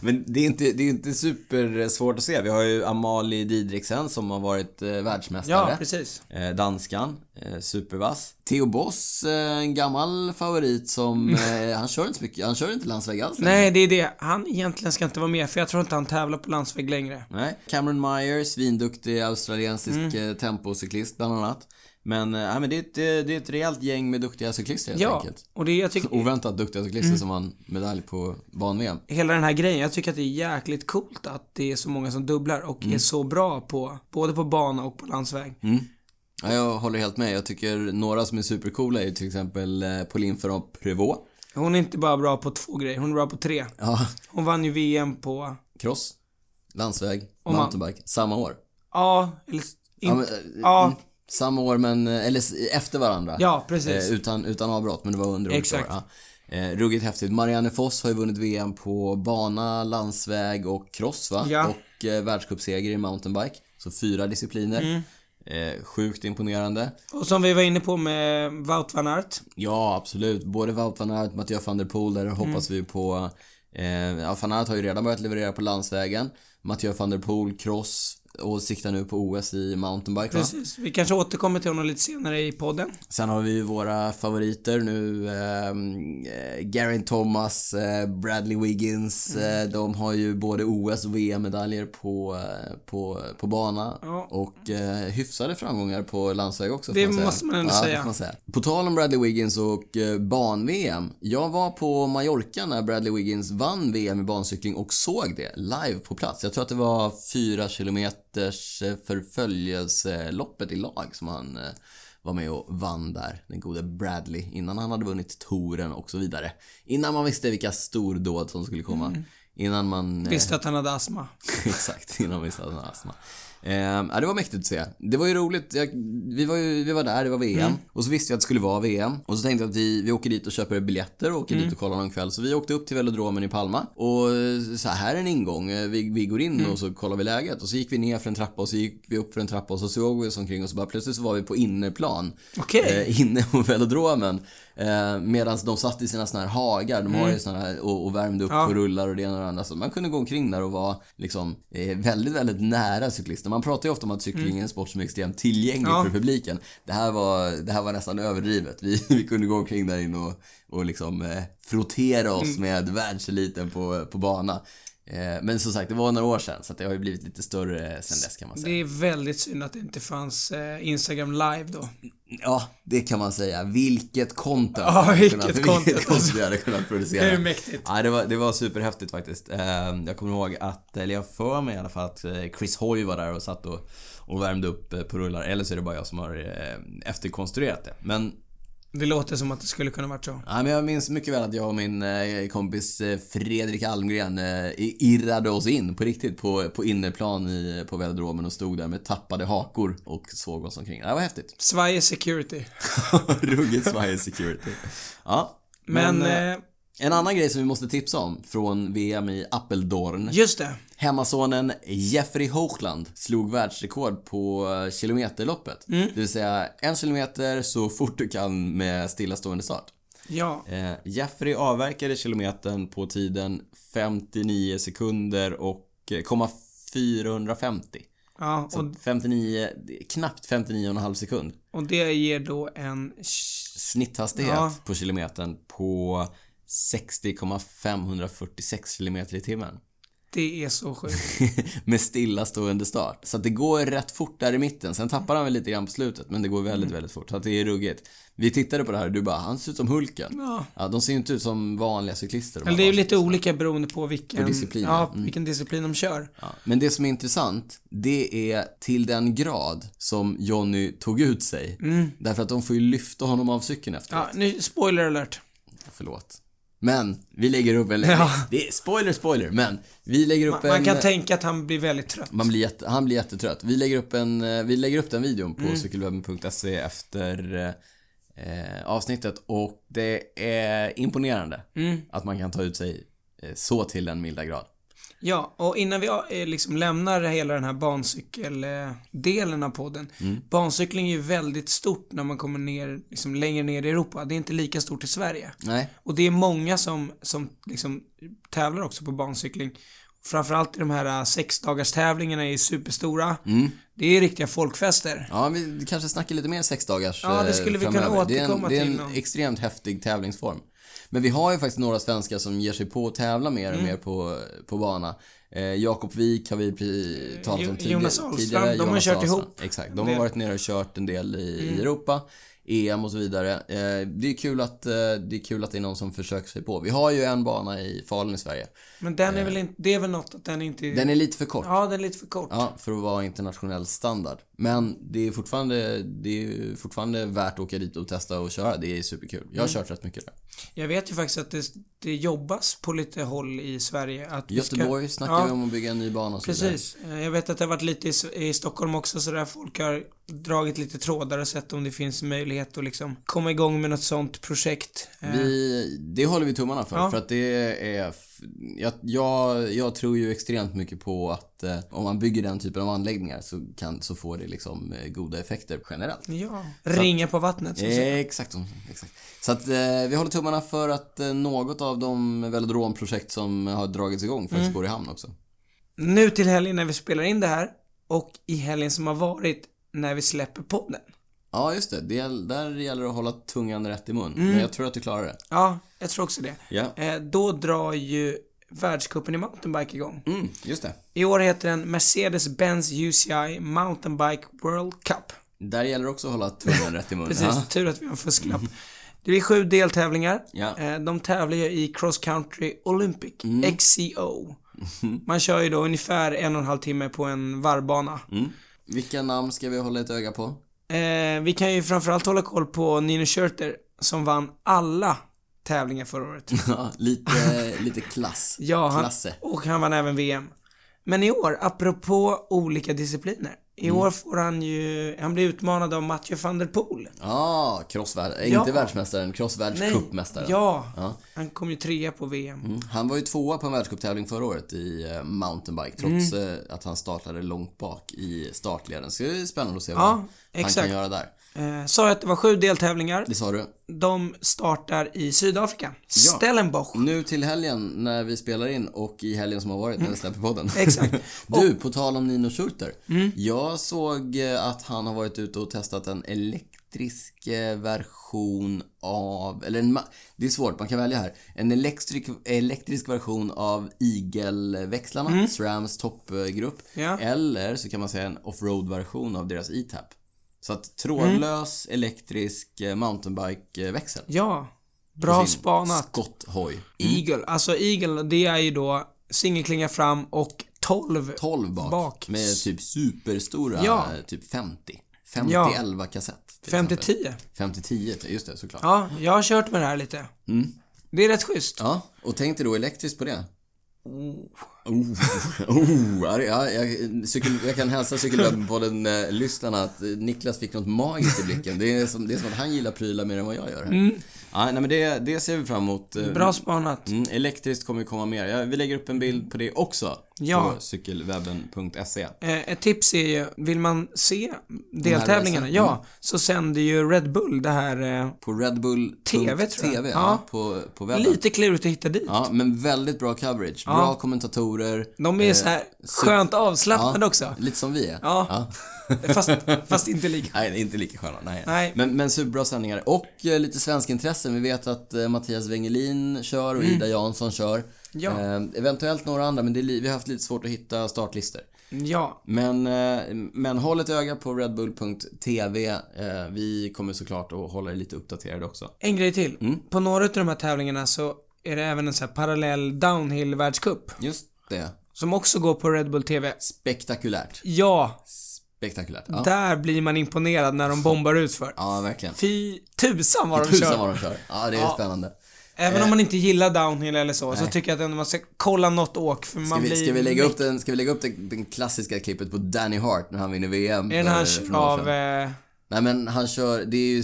Men det är inte, det är inte supersvårt att se. Vi har ju Amalie Didriksen som har varit eh,
Ja,
världsmästare.
precis.
Eh, danskan, eh, supervass. Theo Boss, eh, en gammal favorit som, eh, han kör inte så mycket, han kör inte landsväg alls längre.
Mm. Nej, det är det. Han egentligen ska inte vara med, för jag tror inte han tävlar på landsväg längre.
Nej. Cameron Meyer, svinduktig australiensisk
Mm.
eh, tempocyklist bland annat. Men, eh, nej, men det, är ett, eh, det är ett rejält gäng med duktiga cyklister helt
Ja, Mm.
enkelt.
och det jag tycker...
Oväntat duktiga cyklister som vann medalj på ban-VM.
hela den här grejen. Jag tycker att det är jäkligt coolt att det är så många som dubblar och
Mm.
är så bra på, både på bana och på landsväg.
Ja, jag håller helt med. Jag tycker några som är supercoola är ju till exempel eh, Pauline Ferrand Prevot.
Hon är inte bara bra på två grejer, hon är bra på tre.
Ja,
Hon vann ju VM på,
cross, landsväg,
man-
mountainbike. Samma år.
ja, eller, in,
Ja,
ja,
men, eh, mm, samma år men, eh, eller s- efter varandra.
ja, precis.
Eh, utan, utan avbrott, men det var under olika
Exakt.
år. Ja. Eh, ruggigt häftigt. Marianne Foss har ju vunnit VM på bana, landsväg och cross va?
Ja.
Och eh, världscupseger i mountainbike. Så fyra
Mm.
discipliner. Eh, sjukt imponerande.
Och som vi var inne på med Wout van Aert.
Ja, absolut. Både Wout van Aert, Mathieu van der Poel, där hoppas
Mm.
vi på... Eh, ja, van Aert har ju redan börjat leverera på landsvägen. Mathieu van der Poel, cross och siktar nu på OS i mountainbike va?
Precis. Vi kanske återkommer till honom lite senare i podden.
Sen har vi ju våra favoriter nu. ehm, Eh, Geraint Thomas, eh, Bradley Wiggins.
Mm.
Eh, de har ju både OS och VM-medaljer på, eh, på, på bana.
Ja.
Och eh, hyfsade framgångar på landsväg också. får
Det
säga.
måste man ändå
ja,
säga.
Det får man säga. På tal om Bradley Wiggins och eh, ban-VM. Jag var på Mallorca när Bradley Wiggins vann VM i bancykling och såg det live på plats. Jag tror att det var fyra kilometers eh, förföljelseloppet i lag som han eh, var med och vann där, den gode Bradley, innan han hade vunnit touren och så vidare. Innan man visste vilka stordåd som skulle komma. Innan man... eh,
Visste att han hade astma.
[laughs] Exakt, innan vi hade han astma. Ehm, ja, det var mäktigt att se. Det var ju roligt. Jag, vi, var ju, vi var där, det var VM. Och så visste jag att det skulle vara VM. Och så tänkte jag att vi, vi åker dit och köper biljetter och åker dit och kollar någon kväll. Så vi åkte upp till velodromen i Palma. Och eh, så här, här är en ingång. Eh, Vi, vi går in och så kollar vi läget. Och så gick vi ner för en trappa och så gick vi upp för en trappa och så såg vi oss omkring och så bara plötsligt så var vi på innerplan.
Okej.
Eh, inne på velodromen. Eh, Medan de satt i sina såna här hagar. De har ju såna här och, och värmde upp
Mm. Ja.
på rullar och det ena och det andra. Så man kunde gå omkring där och vara liksom, eh, väldigt, väldigt nära cyklister. Man pratar ju ofta om att cykling är en sport som är extremt tillgänglig
Mm. Ja.
för publiken. Det här var, det här var nästan överdrivet. Vi, [laughs] vi kunde gå omkring där inne och, och liksom, eh, frottera
Mm.
oss med världseliten på, på bana. Eh, men som sagt, det var några år sedan så att det har ju blivit lite större sen dess kan man säga.
Det är väldigt synd att det inte fanns eh, Instagram live då.
Ja, det kan man säga. Vilket content!
Ja,
hade
vilket
kunnat,
content,
vilket content vi hade kunnat producera.
Det är mäktigt.
Ja, det, var, det var superhäftigt faktiskt. Eh, Jag kommer ihåg att, eller jag för mig i alla fall att eh, Chris Hoy var där och satt och, och värmde upp eh, på rullar. Eller så är det bara jag som har eh, efterkonstruerat det. Men
Det låter som att det skulle kunna varit så.
Ja, men jag minns mycket väl att jag och min eh, kompis eh, Fredrik Almgren eh, irrade oss in på riktigt på, på innerplan i, på velodromen och stod där med tappade hakor och såg oss omkring. Det var häftigt.
Sverige Security.
[laughs] Ruggigt Sverige security. Ja.
Men,
eh,
eh,
en annan grej som vi måste tipsa om från VM i Apeldoorn.
just det.
Hemmasonen Jeffrey Hochland slog världsrekord på eh, kilometerloppet. Det vill säga en kilometer så fort du kan med stillastående start.
Ja.
Eh, Jeffrey avverkade kilometern på tiden 59 sekunder och eh, komma 450.
ja och,
59, knappt 59,5 sekund.
och det ger då en... sh-
Snitthastighet
Ja.
på kilometern på 60,546 km i timmen.
Det är så sjukt.
med stillastående start. Så att det går rätt fort där i mitten. Sen tappar han väl lite grann på slutet, men det går väldigt,
Mm.
väldigt fort. Så att det är ruggigt. Vi tittade på det här och du bara, han ser ut som Hulken.
Ja.
Ja, de ser ju inte ut som vanliga cyklister. de
Eller
här
det är ju
vanliga
lite olika beroende på vilken,
På disciplin,
ja,
ja. Mm.
vilken disciplin de kör.
Ja. Men det som är intressant, det är till den grad som Johnny tog ut sig.
Mm.
Därför att de får ju lyfta honom av cykeln efteråt.
Ja, nu, spoiler alert.
Förlåt. Men, vi lägger upp en...
Ja.
Det är spoiler, spoiler, men vi lägger upp
Man,
en...
man kan tänka att han blir väldigt trött.
Man blir jätte, han blir jättetrött. Vi lägger upp, en, eh, vi lägger upp den videon
Mm.
på cykelwebben.se efter eh, avsnittet och det är imponerande
Mm.
att man kan ta ut sig eh, så till den milda grad.
Ja, och innan vi eh, liksom lämnar hela den här bancykeldelen av podden.
Mm.
Bancykling är ju väldigt stort när man kommer ner, liksom längre ner i Europa. Det är inte lika stort i Sverige.
Nej,
Och det är många som, som liksom tävlar också på bancykling. Framförallt i de här eh, sexdagars tävlingarna är superstora.
Mm.
Det är riktiga folkfester.
ja, vi kanske snackar lite mer sexdagars
Ja, det
eh,
skulle vi kunna
framöver.
återkomma
det är en,
till
Det är en
någon-
extremt häftig tävlingsform. Men vi har ju faktiskt några svenskar som ger sig på att tävla mer
Mm.
och mer på, på bana. Eh, Jakob Wik har vi pri- talat om
Eh, Jo-
tidigare.
Jonas Ahlstrand,
tidigare,
de har
Jonas
kört
Ahlstrand.
ihop. Mm.
Exakt, de
Det-
har varit nere och kört en del i, i Europa, EM och så vidare. Eh, det, är kul att, eh, det är kul att det är någon som försöker sig på. Vi har ju en bana i Falun i Sverige.
Men den
Eh.
är väl inte, det är väl något att den inte
Den är lite för kort.
Ja, den är lite för kort.
Ja, för att vara internationell standard. Men det är fortfarande, det är ju fortfarande värt att åka dit och testa och köra. Det är superkul. Jag har
Mm.
kört rätt mycket där.
Jag vet ju faktiskt att det, det jobbas på lite håll i Sverige. Att vi ska-
Göteborg snackar
Ja.
vi om att bygga en ny bana och så vidare.
Precis. Eh, Jag vet att det har varit lite i, S- i Stockholm också så där folk har dragit lite trådar och sett om det finns möjlighet att liksom komma igång med något sånt projekt. Eh,
Vi, det håller vi tummarna för.
Ja.
För att det är... f- Jag, jag, jag tror ju extremt mycket på att eh, om man bygger den typen av anläggningar så, kan, så får det liksom eh, goda effekter generellt.
Ja. Ringa på vattnet. Mm. Så att säga.
Eh, Exakt, så- exakt. Så att eh, vi håller tummarna för att eh, något av de velodromprojekt som har dragits igång faktiskt
Mm.
går i hamn också.
Nu till helgen när vi spelar in det här och i helgen som har varit när vi släpper podden.
Ja, just det. det. Där gäller det att hålla tungan rätt i
Mm.
mun. Men jag tror att du klarar det.
Ja, jag tror också det.
Ja.
Eh, Då drar ju världscupen i mountainbike igång.
Mm, just det.
I år heter den Mercedes-Benz UCI Mountainbike World Cup.
Där gäller det också att hålla tungan rätt i mun.
[laughs] Precis,
Ja.
tur att vi har en
[laughs]
fusklapp. Det blir sju deltävlingar.
Ja. Mm.
Eh, De tävlar ju i Cross Country Olympic, XCO.
Mm-hmm.
Man kör ju då ungefär en och en halv timme på en varvbana.
Mm. Vilka namn ska vi hålla ett öga på?
Eh, vi kan ju framförallt hålla koll på Nino Schurter som vann alla tävlingar förra året.
Ja, [laughs] lite, lite klass.
Ja, han,
Klasse.
och han vann även VM. Men i år, apropå olika discipliner. I
Mm.
år får han ju, han blir utmanad av Mathieu van der Poel.
Ja, crossvärld... eh,
Ja.
Inte världsmästaren, crossvärldscupmästaren.
Ja,
Ja.
han kom ju trea på VM.
Mm. Han var ju tvåa på en världscuptävling förra året i eh, mountainbike
Mm.
trots eh, att han startade långt bak i startleden. Så det är spännande att se vad han
exakt.
kan göra där.
Eh, sa jag att det var sju deltävlingar.
Det sa du.
De startar i Sydafrika. Stellenbosch.
Nu till helgen när vi spelar in och i helgen som har varit när vi släpper podden.
Mm. Exakt.
[laughs]
Mm.
Du, på tal om Nino Schurter. Jag såg eh, att han har varit ute och testat en elektrisk eh, version av, eller en, ma- det är svårt, man kan välja här. En elektrisk, elektrisk version av igelväxlarna, SRAMs toppgrupp.
Mm. Ja.
Eller så kan man säga en offroad-version av deras E-Tap. Så
Mm.
att trådlös elektrisk eh, mountainbike-växel.
Ja. Bra
Sin
spanat.
Skotthoj.
Eagle. Alltså Eagle, det är ju då singelklinga fram och 12.
12 bak,
Bak.
med typ superstora,
Ja.
typ 50. 50
Ja.
11 kassett. till
5 till
exempel.
10.
50 10, just det såklart. Ja.
Ja, jag har kört med det här lite.
Mm.
Det är rätt schysst.
och tänk dig då elektriskt på det. Oh. [laughs] Oh. ja, det- Ja, jag, cykel, jag kan hälsa cykelwebben eh, lyssnarna att eh, Niklas fick något magiskt i blicken. Det är som, det är som att han gillar prylar mer än vad jag gör. här. Ja, nej, men det, det ser vi fram emot. eh,
Mm. Bra spanat.
Mm, elektriskt kommer ju komma mer. Ja, vi lägger upp en bild på det också.
Ja.
På cykelwebben.se.
Eh, Ett tips är ju, vill man se deltävlingarna,
resan.
ja, så sänder ju Red Bull det här, eh,
På Red Bull
TV, tror jag.
TV, ja.
Ja.
På, på webben.
lite klurigt att hitta dit.
Ja, men väldigt bra coverage. Bra kommentatorer.
De är ju så här skönt avslappnade också.
Lite som vi är.
Ja. Fast, fast inte lika.
[laughs] Nej, inte lika sköna. Nej.
Nej.
Men, men superbra sändningar. Och eh, lite svensk intressen. Vi vet att eh, Mattias Wengelin kör och Ida Jansson kör.
Mm. Ja.
Eh, eventuellt några andra, men det är, li- vi har haft lite svårt att hitta startlistor.
Ja,
Men, eh, men håll ett öga på redbull.tv. Eh, vi kommer såklart att hålla er lite uppdaterade också.
en grej till.
Mm.
På några av de här tävlingarna så är det även en så här parallell downhill-världscup.
Just det.
Som också går på Red Bull TV.
Spektakulärt.
Ja,
Spektakulärt. Ja,
där blir man imponerad när de bombar ut för.
ja verkligen.
Fy tusan vad de
Tusan
kör.
vad Eh. de kör. Ja, det är spännande.
Även om man inte gillar downhill eller så, så tycker jag att ändå man ska kolla något åk för man
Ska vi,
blir...
ska vi lägga upp, den, ska vi lägga upp den, den klassiska klippet på Danny Hart när han vinner VM?
Är det när han kör av... eh,
Nej men han kör, det är ju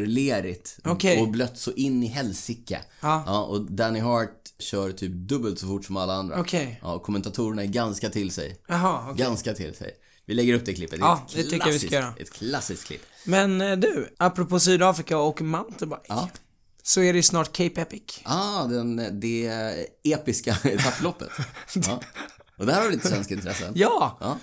superlerigt.
Okej.
Och blött så in i helsike.
Ja.
och Danny Hart kör typ dubbelt så fort som alla andra.
Okej.
Ja, och kommentatorerna är ganska till sig.
Jaha, okej.
Ganska till sig. Vi lägger upp det klippet. är
Ja,
ett
det tycker jag vi ska
klassiskt-
göra.
Ett klassiskt klipp.
Men eh, du, apropå Sydafrika och mountainbike.
Ja.
Så är det ju snart Cape Epic.
Ah, den, det
[laughs]
episka etapploppet. ja. Och där har vi lite svenska intressen.
Ja!
Ja.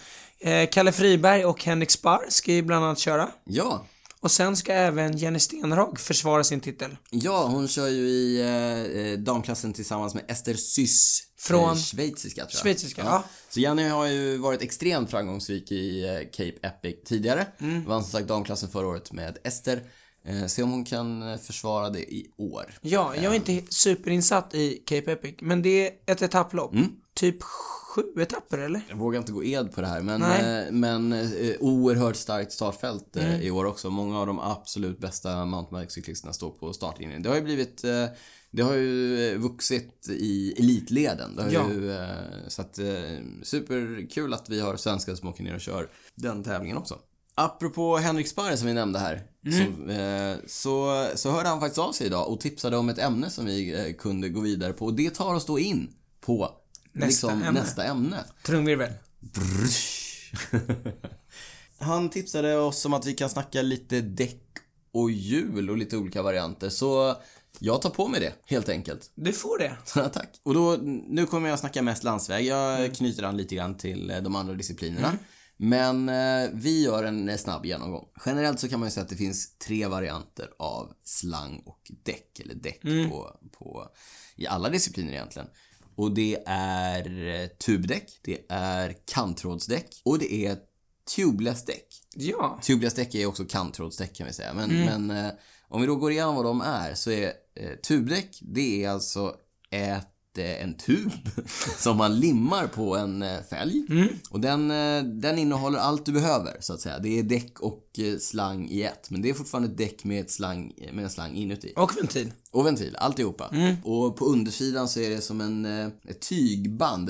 Eh, Kalle Friberg och Henrik Sparr ska ju bland annat köra.
Ja.
Och sen ska även Jenny Stenhag försvara sin titel.
Ja, hon kör ju i eh, eh, damklassen tillsammans med Ester Syss.
Från?
eh, Schweiziska tror jag.
Schweiziska, ja.
Så Jenny har ju varit extremt framgångsrik i eh, Cape Epic tidigare.
Mm.
Vann som sagt damklassen förra året med Ester. Eh, se om hon kan eh, försvara det i år.
Ja, jag är inte superinsatt i Cape Epic, men det är ett etapplopp. Typ sju etapper, eller?
Jag vågar inte gå ed på det här, men,
Nej. Mm.
eh, men eh, oerhört starkt startfält eh, i år också. Många av de absolut bästa mountainbikecyklisterna står på startlinjen. Det har ju blivit, eh, det har ju eh, vuxit i elitleden. Det har
Ja.
ju, eh, så att eh, superkul att vi har svenskar som åker ner och kör den tävlingen också. Apropå Henrik Sparre som vi nämnde här,
Mm.
så, eh, så, så hörde han faktiskt av sig idag och tipsade om ett ämne som vi eh, kunde gå vidare på. Och det tar oss då in på
Nästa
liksom,
ämne.
nästa ämne.
Trumvirvel.
Han tipsade oss om att vi kan snacka lite däck och hjul och lite olika varianter, så jag tar på mig det helt enkelt.
Du får det.
Ja, [laughs] Tack. Och då, nu kommer jag snacka mest landsväg. Jag knyter an lite grann till eh, de andra disciplinerna. Men eh, vi gör en eh, snabb genomgång. Generellt så kan man ju säga att det finns tre varianter av slang och däck, eller däck på, på, i alla discipliner egentligen. Och det är eh, tubdäck, det är kanttrådsdäck och det är tubeless däck.
Ja.
Tubeless däck är också kanttrådsdäck kan vi säga. Men, men eh, om vi då går igenom vad de är så är eh, tubdäck, det är alltså ett, eh, en tub [laughs] som man limmar på en eh, fälg. Och den, eh, den innehåller allt du behöver så att säga. Det är däck och eh, slang i ett. Men det är fortfarande ett däck med, ett slang, med en slang inuti.
Och ventil.
Och ventil, alltihopa.
Mm.
Och på undersidan så är det som en, eh, ett tygband,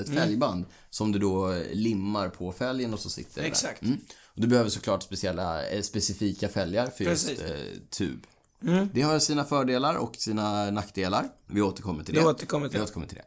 Mm.
ett fälgband, som du då eh, limmar på fälgen och så sitter det där.
Exakt.
Mm. Och du behöver såklart speciella, eh, specifika fälgar för just
Precis. Mm.
eh, tub. Det har sina fördelar och sina nackdelar. Vi återkommer till det.
Vi återkommer till
Vi
det.
återkommer till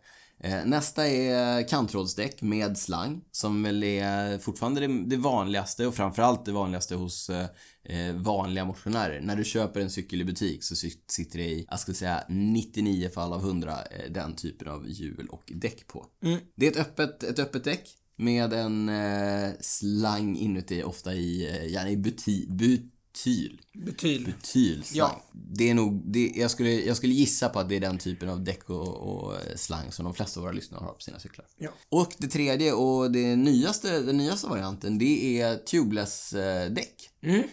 det. Eh, Nästa är kanttrådsdäck med slang som väl är fortfarande det- det vanligaste och framförallt det vanligaste hos eh, eh, vanliga motionärer. När du köper en cykel i butik så sy- sitter det i, jag skulle säga 99 fall av 100 eh, den typen av hjul och däck på.
Mm.
Det är ett öppet, ett öppet däck med en eh, slang inuti, ofta i, eh, gärna i buti, butyl.
Betyl.
Butylslang.
Ja.
Det är nog, det, jag, skulle, jag skulle gissa på att det är den typen av däck och, och eh, slang som de flesta av våra lyssnare har på sina cyklar.
Ja.
Och det tredje och det nyaste, den nyaste varianten, det är tubeless-däck.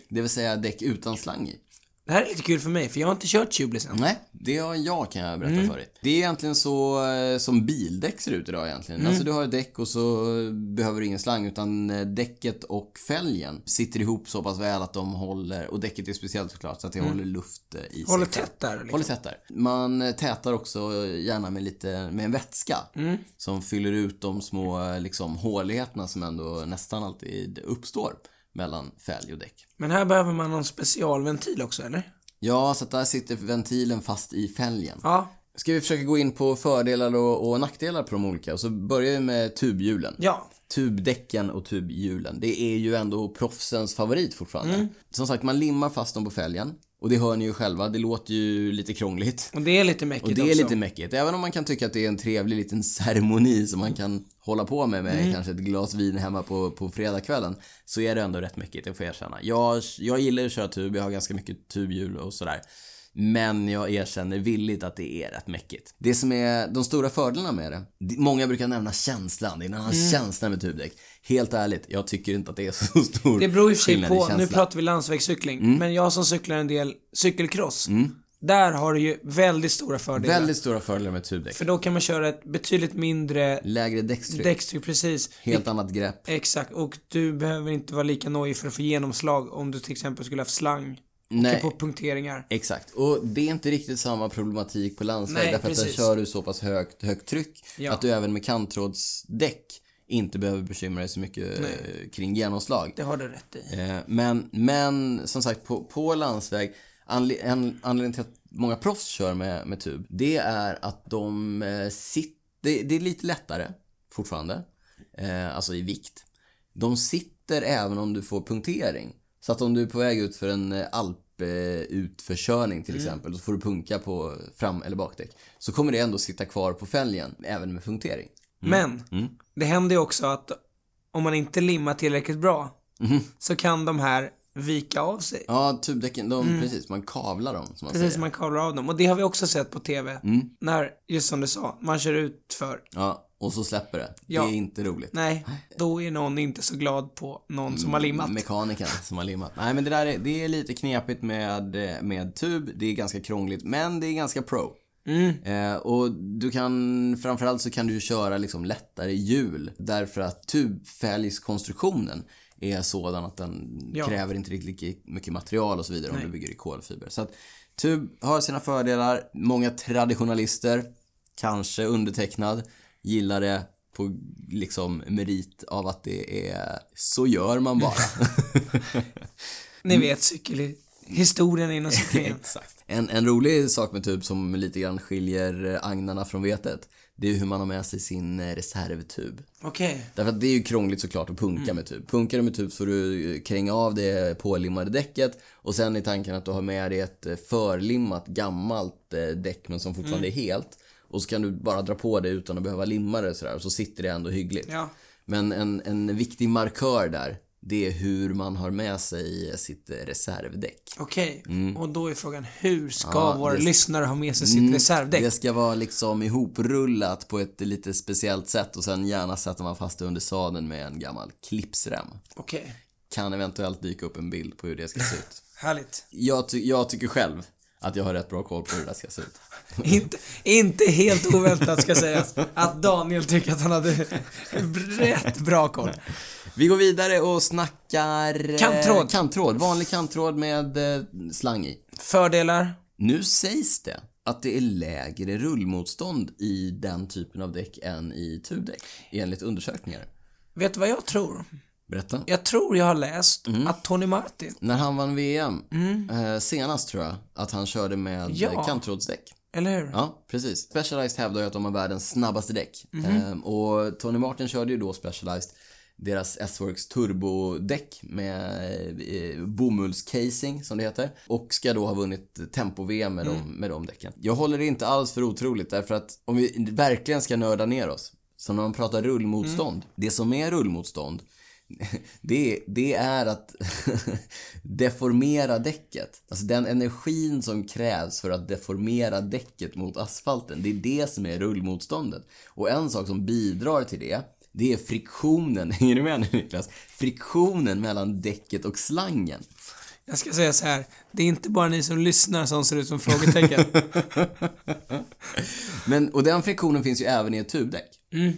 Det vill säga däck utan slang i.
Mm. Det här är lite kul för mig, för jag har inte kört tubeless än.
Nej, det har jag kan jag berätta
Mm.
för dig. Det är egentligen så eh, som bildäck ser ut idag egentligen.
Mm.
Alltså du har ett däck och så eh, behöver du ingen slang utan eh, däcket och fälgen sitter ihop så pass väl att de håller, och däcket är speciellt såklart, så att det håller luft eh, i sig
Mm. Håller
själv.
tätt där liksom.
Håller tätt där. Man eh, tätar också gärna med lite, med en vätska.
Mm.
Som fyller ut de små eh, liksom, håligheterna som ändå nästan alltid uppstår mellan fälg och däck.
Men här behöver man någon specialventil också, eller?
Ja, så att där sitter ventilen fast i fälgen.
Ja.
Ska vi försöka gå in på fördelar och, och nackdelar på de olika och så börjar vi med tubhjulen.
Ja.
Tubdäcken och
Mm.
tubhjulen. Det är ju ändå proffsens favorit fortfarande. Som sagt, man limmar fast dem på fälgen. Och det hör ni ju själva, det låter ju lite krångligt.
Och det är lite mäckigt
Och det är
också.
lite mäckigt, även om man kan tycka att det är en trevlig liten [laughs] ceremoni som man kan hålla på med med
Mm.
kanske ett glas vin hemma på, på fredagskvällen. Så är det ändå rätt mäckigt, det får jag erkänna. Jag, jag gillar ju att köra tub, jag har ganska mycket tubhjul och sådär. Men jag erkänner villigt att det är rätt mäckigt. Det som är de stora fördelarna med det, det- många brukar nämna känslan, det är en annan
Mm.
känsla med tubdäck. Helt ärligt, jag tycker inte att det är [laughs] så stor
Det beror i och för sig
skillnad
på,
i
nu
känsla. Mm.
pratar vi landsvägscykling, men jag som cyklar en del cykelcross, där har du ju väldigt stora fördelar.
Väldigt stora fördelar med tubdäck.
För då kan man köra ett betydligt mindre
Lägre däckstryck,
däckstryck, precis.
helt annat grepp.
Exakt, och du behöver inte vara lika nojig för att få genomslag om du till exempel skulle haft slang
Nej.
på punkteringar.
Exakt, och det är inte riktigt samma problematik på landsväg
Nej,
därför att där
precis.
kör du så pass högt, högt tryck
Ja.
att du även med kanttrådsdäck inte behöver bekymra dig så mycket eh, kring genomslag.
Det har du rätt i.
Eh, Men, men som sagt, på, på landsväg, anle- en anledning till att många proffs kör med, med tub, det är att de eh, sitter, det, det är lite lättare fortfarande, eh, alltså i vikt. De sitter även om du får punktering. Så att om du är på väg ut för en eh, alp eh, utförkörning till exempel, så får du punka på fram eller bakdäck. Så kommer det ändå sitta kvar på fälgen, även med punktering.
Men,
Mm.
det händer ju också att om man inte limmar tillräckligt bra,
Mm.
så kan de här vika av sig.
Ja, tubdäcken, de, Mm. precis, man kavlar dem som man
Precis
säger.
som man kavlar av dem. Och det har vi också sett på TV.
Mm.
När, just som du sa, man kör ut för
Ja, och så släpper det.
Ja.
Det är inte roligt.
Nej, då är någon inte så glad på någon som
Mm,
har limmat.
Mekanikern som har limmat. Nej men det där är, det är lite knepigt med, eh, med tub. Det är ganska krångligt men det är ganska pro. Eh, och du kan, framförallt så kan du ju köra liksom lättare hjul därför att tubfälgskonstruktionen är sådan att den
Ja.
kräver inte riktigt lika mycket material och så vidare om du bygger i kolfiber. Så att tub har sina fördelar. Många traditionalister, kanske undertecknad, gillar det på liksom merit av att det är så gör man bara.
Ni vet cykelhistorien inom cyklingen.
[laughs] Exakt. En, en rolig sak med tub som lite grann skiljer eh, agnarna från vetet, det är hur man har med sig sin eh, reservtub.
Okej.
Därför att det är ju krångligt såklart att punka med tub. Punkar du med tub så får du eh, kränga av det pålimmade däcket och sen är tanken att du har med dig ett eh, förlimmat gammalt eh, däck men som fortfarande är helt. Och så kan du bara dra på det utan att behöva limma det och sådär och så sitter det ändå hyggligt.
Ja.
Men en, en viktig markör där, det är hur man har med sig sitt eh, reservdäck.
Okej, och då är frågan hur ska
Mm. Ja,
våra
det- Mm.
lyssnare ha med sig sitt reservdäck?
Det ska vara liksom ihoprullat på ett lite speciellt sätt och sen gärna sätter man fast det under sadeln med en gammal clipsrem.
Okej,
Kan eventuellt dyka upp en bild på hur det ska se ut.
härligt.
Jag, ty- jag tycker själv att jag har rätt bra koll på hur det där ska se ut.
inte, inte helt oväntat ska sägas att Daniel tycker att han hade rätt bra koll.
Vi går vidare och snackar... eh,
Kanttråd.
Kanttråd. Vanlig kanttråd med eh, slang i.
Fördelar?
Nu sägs det att det är lägre rullmotstånd i den typen av däck än i tubdäck, enligt undersökningar.
Vet du vad jag tror?
Berätta.
Jag tror jag har läst
Mm.
att Tony Martin,
När han vann VM eh, senast tror jag att han körde med
Ja.
ja. kanttrådsdäck.
eller hur?
Ja, precis. Specialized hävdar ju att de har världens snabbaste däck. Ehm, och Tony Martin körde ju då Specialized deras S-Works turbodäck med eh, bomullscasing som det heter och ska då ha vunnit tempo-VM med, de, med de däcken. Jag håller det inte alls för otroligt därför att om vi verkligen ska nörda ner oss så när man pratar rullmotstånd, det som är rullmotstånd det, det är att [laughs] deformera däcket. Alltså den energin som krävs för att deformera däcket mot asfalten. Det är det som är rullmotståndet. Och en sak som bidrar till det, det är friktionen. [laughs] Hänger du med nu Niklas? Friktionen mellan däcket och slangen.
Jag ska säga så här, det är inte bara ni som lyssnar som ser ut som frågetecken.
Men, och den friktionen finns ju även i ett tubdäck.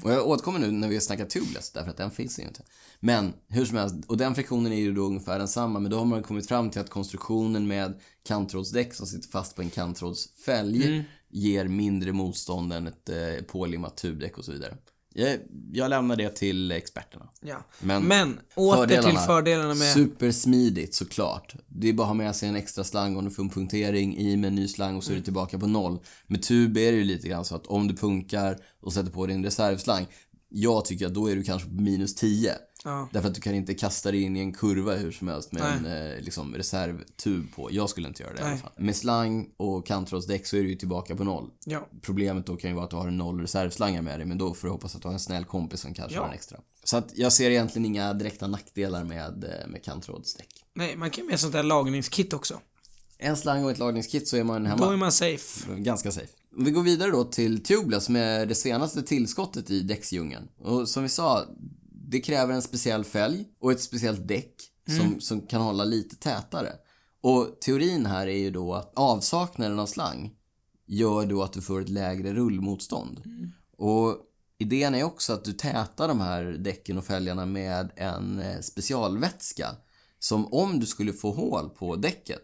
Och jag återkommer nu när vi snackar tubeless, därför att den finns ju inte. Men hur som helst, och den friktionen är ju då ungefär densamma, men då har man kommit fram till att konstruktionen med kanttrådsdäck som sitter fast på en kanttrådsfälg ger mindre motstånd än ett eh, pålimmat tubdäck och så vidare. Jag, jag lämnar det till experterna.
Ja. Men,
Men-
åter till fördelarna med...
Supersmidigt såklart. Det är bara att ha med sig en extra slang om du får en punktering, i med en ny slang och så är
Mm.
du tillbaka på noll. Med tub är det ju lite grann så att om du punkar och sätter på din reservslang, jag tycker att då är du kanske på minus 10.
Ja.
Därför att du kan inte kasta dig in i en kurva hur som helst med en eh, liksom, reservtub på. Jag skulle inte göra det i alla
Nej.
fall. Med slang och kantrådsdäck så är du ju tillbaka på noll.
Ja.
Problemet då kan ju vara att du har en noll reservslangar med dig men då får du hoppas att du har en snäll kompis som kanske
Ja.
har en extra. Så att jag ser egentligen inga direkta nackdelar med, eh, med kantrådsdäck.
Nej, man kan ju med sånt där lagningskit också.
En slang och ett lagningskit så är man hemma.
Då är man safe.
Ganska safe. Vi går vidare då till Tubeless som är det senaste tillskottet i däcksdjungeln. Och som vi sa, det kräver en speciell fälg och ett speciellt däck
Mm.
som, som kan hålla lite tätare. Och teorin här är ju då att avsaknaden av slang gör då att du får ett lägre rullmotstånd. Och idén är också att du tätar de här däcken och fälgarna med en eh, specialvätska som om du skulle få hål på däcket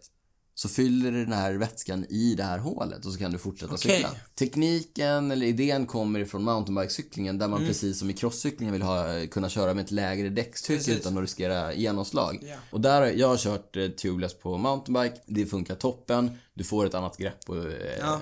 så fyller den här vätskan i det här hålet och så kan du fortsätta
Okej.
cykla. Tekniken eller idén kommer ifrån mountainbikecyklingen där man
Mm.
precis som i crosscyklingen vill ha, kunna köra med ett lägre däckstryck
Precis.
utan att riskera genomslag.
Ja.
Och där, har- jag har kört eh, tubeless på mountainbike, det funkar toppen, du får ett annat grepp och eh,
Ja.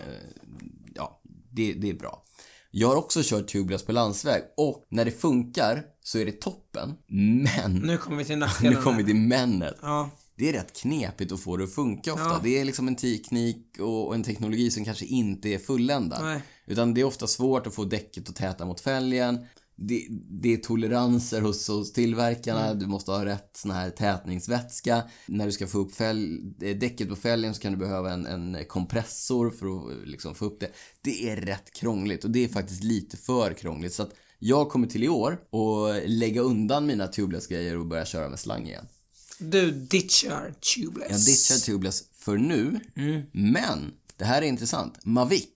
ja, det, det är bra. Jag har också kört tubeless på landsväg och när det funkar så är det toppen. Men,
Nu kommer vi till
nu
nackdelarna.
kommer vi till männet.
Ja,
Det är rätt knepigt att få det att funka ofta.
Ja.
Det är liksom en teknik och och en teknologi som kanske inte är fulländad.
Nej.
Utan det är ofta svårt att få däcket att täta mot fälgen. Det, det är toleranser hos, hos tillverkarna,
Mm.
du måste ha rätt sån här tätningsvätska. När du ska få upp fälg, eh, däcket på fälgen så kan du behöva en, en kompressor för att eh, liksom få upp det. Det är rätt krångligt och det är faktiskt lite för krångligt. Så att jag kommer till i år och lägga undan mina tubeless grejer och börja köra med slang igen.
du ditchar tubeless.
Jag ditchar Tubeless för nu. Men, det här är intressant. Mavic,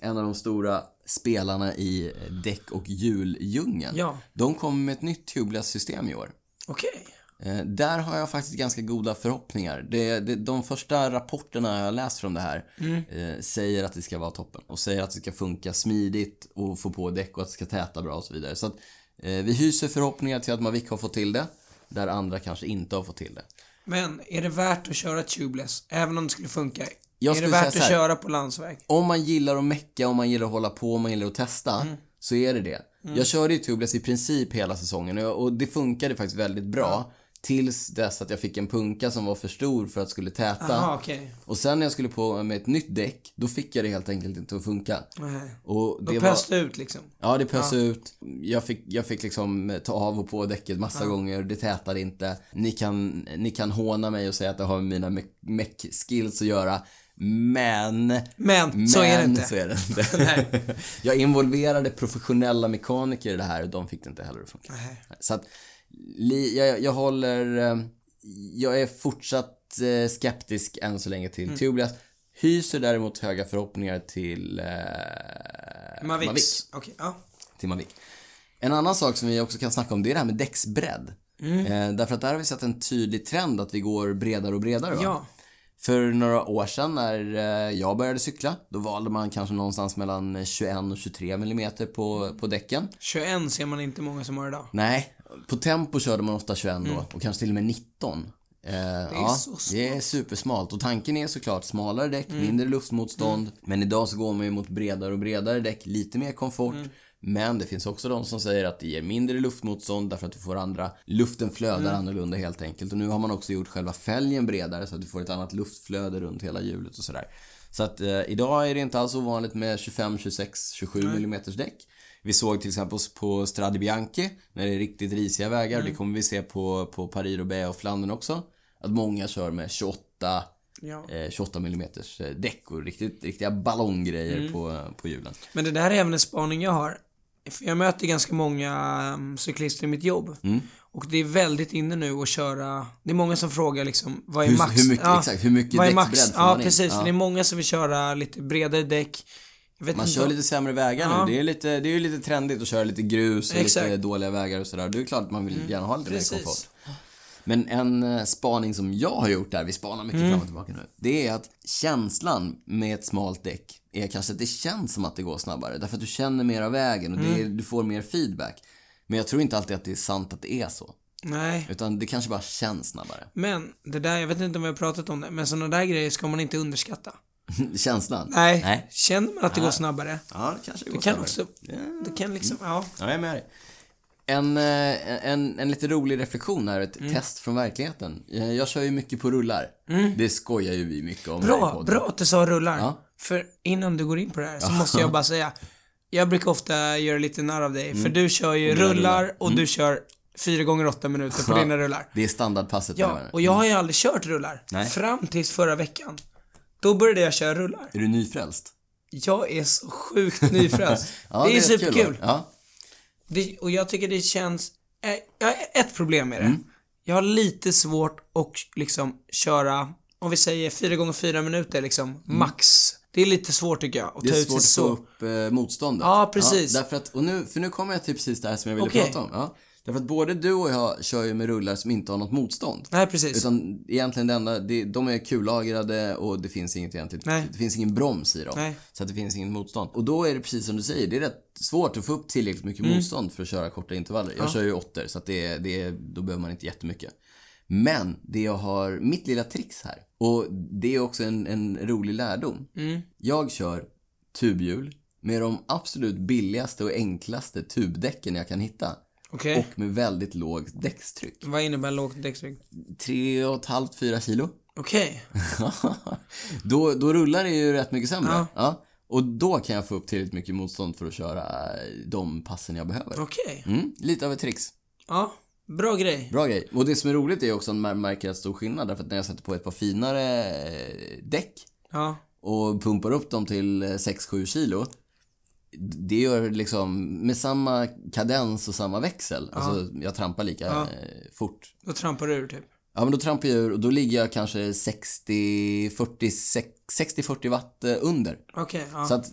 en av de stora spelarna i eh, däck och hjuldjungeln.
Ja.
De kommer med ett nytt Tubeless-system i år.
Okej.
Eh, Där har jag faktiskt ganska goda förhoppningar. Det, det, de första rapporterna jag har läst från det här eh, säger att det ska vara toppen och säger att det ska funka smidigt och få på däck och att det ska täta bra och så vidare. Så att, eh, vi hyser förhoppningar till att Mavic har fått till det, där andra kanske inte har fått till det.
Men, är det värt att köra tubeless? Även om det skulle funka?
Jag
är det
skulle
värt
säga
att
så här.
köra på landsväg?
om man gillar att mecka, om man gillar att hålla på, om man gillar att testa, så är det det. Jag körde ju tubeless i princip hela säsongen och, jag, och det funkade faktiskt väldigt bra. Tills dess att jag fick en punka som var för stor för att skulle täta.
Jaha, okej.
Och sen när jag skulle på med ett nytt däck, då fick jag det helt enkelt inte att funka.
Nej.
Och
Då
det var...
pös det ut liksom.
Ja, det pös ut. Jag fick, jag fick liksom ta av och på däcket massa gånger. Det tätade inte. Ni kan, ni kan håna mig och säga att det har med mina me- meck-skills att göra. Men...
Men, så är det inte. [laughs]
så är det inte. [laughs] jag involverade professionella mekaniker i det här och de fick det inte heller att funka.
Nej.
Så att, li, jag, jag håller... eh, Jag är fortsatt eh, skeptisk än så länge
Mm.
till Tubeless. Hyser däremot höga förhoppningar till eh,
Mavics.
Mavic
Okej, ja.
till Mavic. En annan sak som vi också kan snacka om det är det här med däcksbredd. Eh, därför att där har vi sett en tydlig trend att vi går bredare och bredare. Va?
Ja.
För några år sedan när eh, jag började cykla, då valde man kanske någonstans mellan 21 och 23 millimeter på, på däcken.
21 ser man inte många som har idag.
Nej, på tempo körde man ofta 21 då och kanske till och med 19. Eh, det är ja,
så smalt.
det är supersmalt och tanken är såklart smalare däck, mindre luftmotstånd. Men idag så går man ju mot bredare och bredare däck, lite mer komfort. Men det finns också de som säger att det ger mindre luftmotstånd därför att du får andra, luften flödar annorlunda helt enkelt. Och nu har man också gjort själva fälgen bredare så att du får ett annat luftflöde runt hela hjulet och sådär. Så att eh, idag är det inte alls ovanligt med 25, 26, 27 mm däck. Vi såg till exempel på Strade Bianche när det är riktigt risiga vägar. Det kommer vi se på, på Paris Roubaix och Flandern också. Att många kör med 28,
Ja.
eh, 28 mm däck och riktigt, riktiga ballonggrejer på, på hjulen.
Men det där är även en spaning jag har. För jag möter ganska många mm, cyklister i mitt jobb.
Mm.
Och det är väldigt inne nu att köra, det är många som frågar liksom, vad är
Hur-
max?
hur mycket- exakt, hur mycket
vad är max?
däcksbredd får
Ja,
man in?
precis.
Ja.
För det är många som vill köra lite bredare däck. Jag vet
Man
inte
kör
om-
lite sämre vägar
Ja.
nu. Det är, lite, det är ju lite trendigt att köra lite grus och lite
Exakt. Mm.
dåliga vägar och sådär. Det är klart att man vill gärna ha lite mer
Precis.
komfort. Men en eh, spaning som jag har gjort där, vi spanar
Mm.
mycket fram och tillbaka nu. Det är att känslan med ett smalt däck är kanske att det känns som att det går snabbare. Därför att du känner mer av vägen och
Mm.
det är, du får mer feedback. Men jag tror inte alltid att det är sant att det är så.
Nej.
Utan det kanske bara känns snabbare. [laughs]
Men det där, jag vet inte om vi har pratat om det, men sådana där grejer ska man inte underskatta.
Känslan?
Nej. Känner man att det går snabbare,
Ja, Mm. det kanske det går
kan
snabbare.
också, det kan liksom, ja.
Ja, jag är med dig. En, eh, en, en lite rolig reflektion här, ett
Mm.
test från verkligheten. Eh, Jag kör ju mycket på rullar. Det skojar ju vi mycket om. här i
Bra,
podden.
bra att du sa rullar.
Ja.
För innan du går in på det här
[laughs]
så måste jag bara säga, jag brukar ofta göra lite narr av dig, för
Mm.
du kör ju rullar, och du kör 4 gånger 8 minuter på
Ja.
dina rullar.
Det är standardpasset.
Ja,
menar du.
och jag har ju aldrig kört rullar.
Nej.
Fram tills förra veckan. Då började jag köra rullar.
Är du nyfrälst?
Jag är så sjukt nyfrälst.
[laughs] Ja,
det är,
rätt
superkul.
va? Ja.
Det, och jag tycker det känns... eh, Jag har ett problem med det.
Mm.
Jag har lite svårt att liksom köra, om vi säger 4 gånger 4 minuter liksom, max. Det är lite svårt tycker jag, att
Mm. Det
ta
är
ut sig
svårt att få
så.
upp eh, motståndet.
Ja, precis.
Ja, därför att, och nu, för nu kommer jag till precis det här som jag ville
Okej.
prata om. Ja. Därför att både du och jag kör ju med rullar som inte har något motstånd.
Nej, precis.
Utan egentligen det enda, det, de är kullagrade och det finns inget egentligt,
Nej.
det finns ingen broms i dem.
Nej.
Så att det finns inget motstånd. Och då är det precis som du säger, det är rätt svårt att få upp tillräckligt mycket
Mm.
motstånd för att köra korta intervaller. Jag kör ju åttor så att det, är- det, är- då behöver man inte jättemycket. Men det jag har, mitt lilla trix här, och det är också en, en rolig lärdom.
Mm.
Jag kör tubhjul med de absolut billigaste och enklaste tubdäcken jag kan hitta.
Okej.
Och med väldigt lågt däckstryck.
Vad innebär lågt däckstryck?
3,5-4 kilo.
Okej.
[laughs] då, då rullar det ju rätt mycket sämre. Ja. Och då kan jag få upp tillräckligt mycket motstånd för att köra eh, de passen jag behöver.
Okej.
Mm, lite av ett trix.
Ja, bra grej.
Bra grej. Och det som är roligt är ju också att man märker en stor skillnad därför att när jag sätter på ett par finare eh, däck
Ja.
och pumpar upp dem till eh, 6-7 kilo. Det gör liksom med samma kadens och samma växel. Alltså jag trampar lika eh, fort.
Då trampar du ur typ.
Ja men då trampar jag ur och då ligger jag kanske 60-40 watt eh, under.
Okej, ja.
Så att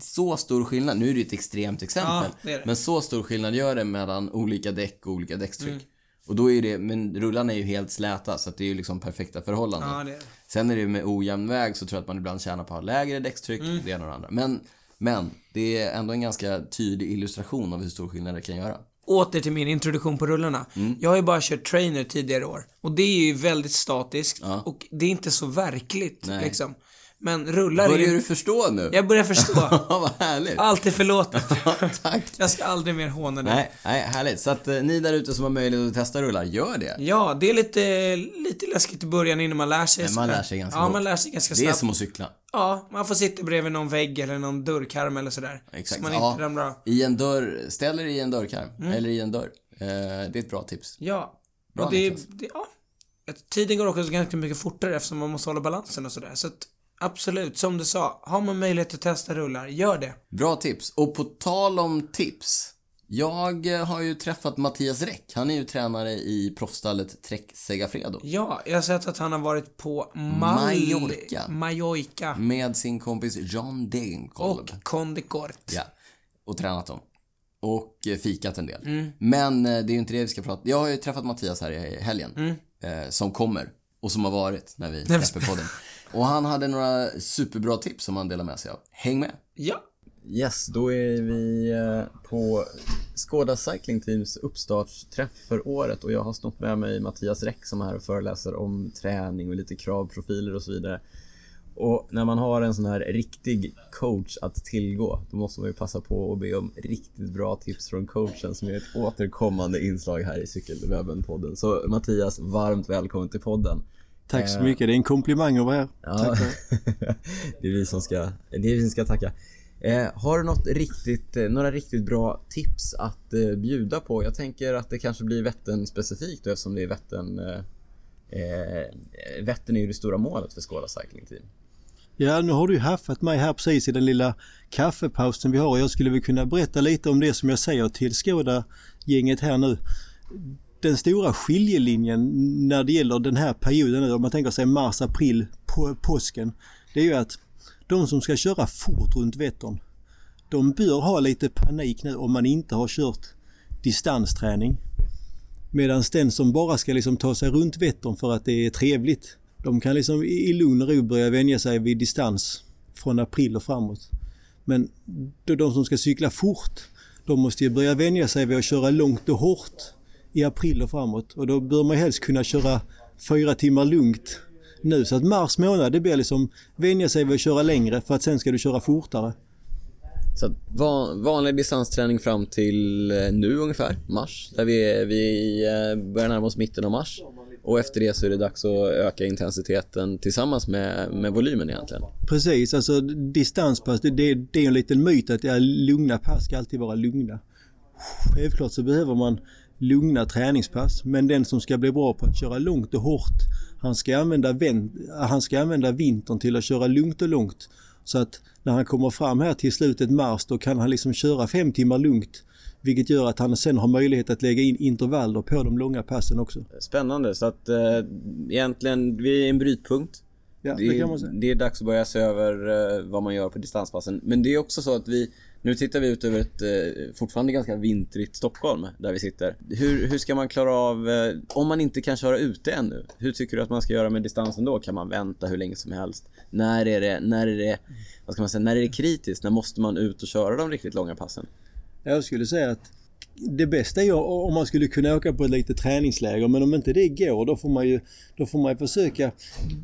så stor skillnad, nu är det ju ett extremt exempel,
Ja, det är det.
men så stor skillnad gör det mellan olika däck och olika däckstryck.
Mm.
Och då är det, men rullarna är ju helt släta så att det är ju liksom perfekta förhållanden.
Ja, det är det.
Sen är det ju med ojämn väg så tror jag att man ibland tjänar på att ha lägre däckstryck,
Mm.
det ena och det andra. Men, men det är ändå en ganska tydlig illustration av hur stor skillnad det kan göra.
Åter till min introduktion på rullarna.
Mm.
Jag har ju bara kört trainer tidigare år. Och det är ju väldigt statiskt och det är inte så verkligt liksom. Men rullar är
Börjar
ju...
du förstå nu?
Jag börjar förstå.
[laughs] Vad härligt!
Allt är förlåtet.
Tack!
Jag ska aldrig mer håna dig.
Nej, nej, härligt. Så att eh, ni där ute som har möjlighet att testa rullar, gör det.
Ja, det är lite, lite läskigt i början innan man lär sig.
Men man lär sig ganska
Ja,
fort.
man lär sig ganska
Det är
snabbt.
som att cykla.
Ja, man får sitta bredvid någon vägg eller någon dörrkarm eller sådär.
Exakt.
Så man
Ja,
inte ramlar Mm. av.
I en dörr, ställ er i en dörrkarm. Eller i en dörr. Eh, det är ett bra tips.
Ja.
Bra,
och det,
Niklas.
det, ja. Att Tiden går också ganska mycket fortare eftersom man måste hålla balansen och sådär. Så att, absolut, som du sa, har man möjlighet att testa rullar, gör det.
Bra tips. Och på tal om tips. Jag eh, har ju träffat Mattias Räck. Han är ju tränare i proffsstallet Trek Segafredo.
Ja, jag har sett att han har varit på Mal-
Mallorca.
Mallorca.
Med sin kompis John Degenkolb.
Och Condicort.
Ja. Och tränat dem. Och eh, fikat en del.
Mm.
Men eh, det är ju inte det vi ska prata Jag har ju träffat Mattias här i helgen.
Mm.
Eh, som kommer. Och som har varit när vi släpper podden. Och han hade några superbra tips som han delar med sig av. Häng med!
Ja.
Yes, då är vi eh, på Skåda Cycling Teams uppstartsträff för året och jag har snott med mig Mattias Räck som är här och föreläser om träning och lite kravprofiler och så vidare. Och när man har en sån här riktig coach att tillgå, då måste man ju passa på att be om riktigt bra tips från coachen som är ett återkommande inslag här i Cykelwebben-podden. Så Mattias, varmt välkommen till podden.
Tack så mycket, det är en komplimang att vara här.
Ja. [laughs] det är vi som ska, det är vi som ska tacka. Eh, har du något riktigt, eh, några riktigt bra tips att eh, bjuda på? Jag tänker att det kanske blir Vättern specifikt då, eftersom det är Vättern eh, eh, Vättern är ju det stora målet för Skåla Cycling Team.
Ja, nu har du ju haffat mig här precis i den lilla kaffepausen vi har och jag skulle väl kunna berätta lite om det som jag säger till Skoda-gänget här nu. Den stora skiljelinjen när det gäller den här perioden nu, om man tänker sig mars, april, på, påsken, det är ju att de som ska köra fort runt Vättern, de bör ha lite panik nu om man inte har kört distansträning. Medan den som bara ska liksom ta sig runt Vättern för att det är trevligt, de kan liksom i i lugn och ro börja vänja sig vid distans från april och framåt. Men då de som ska cykla fort, de måste ju börja vänja sig vid att köra långt och hårt i april och framåt. Och då bör man helst kunna köra fyra timmar lugnt nu. Så att mars månad, det blir liksom vänja sig vid att köra längre för att sen ska du köra fortare.
Så att van, vanlig distansträning fram till eh, nu ungefär, mars. Där vi, är- vi eh, börjar närma oss mitten av mars. Och efter det så är det dags att öka intensiteten tillsammans med, med volymen egentligen.
Precis, alltså distanspass, det, det, det är en liten myt att ja, lugna pass ska alltid vara lugna. Självklart så behöver man lugna träningspass, men den som ska bli bra på att köra långt och hårt, han ska använda, vän, han ska använda vintern till att köra lugnt och långt. Så att när han kommer fram här till slutet mars, då kan han liksom köra fem timmar lugnt. Vilket gör att han sen har möjlighet att lägga in intervaller på de långa passen också.
Spännande, så att eh, egentligen, vi är i en brytpunkt.
Ja,
det,
det kan man säga.
är, det är dags att börja se över eh, vad man gör på distanspassen. Men det är också så att vi, nu tittar vi ut över ett eh, fortfarande ganska vintrigt Stockholm där vi sitter. Hur, hur ska man klara av, eh, om man inte kan köra ute ännu, hur tycker du att man ska göra med distansen då? Kan man vänta hur länge som helst? När är det, när är det, vad ska man säga, när är det kritiskt? När måste man ut och köra de riktigt långa passen?
Jag skulle säga att det bästa är ju om man skulle kunna åka på ett litet träningsläger men om inte det går då får man ju, då får man ju försöka.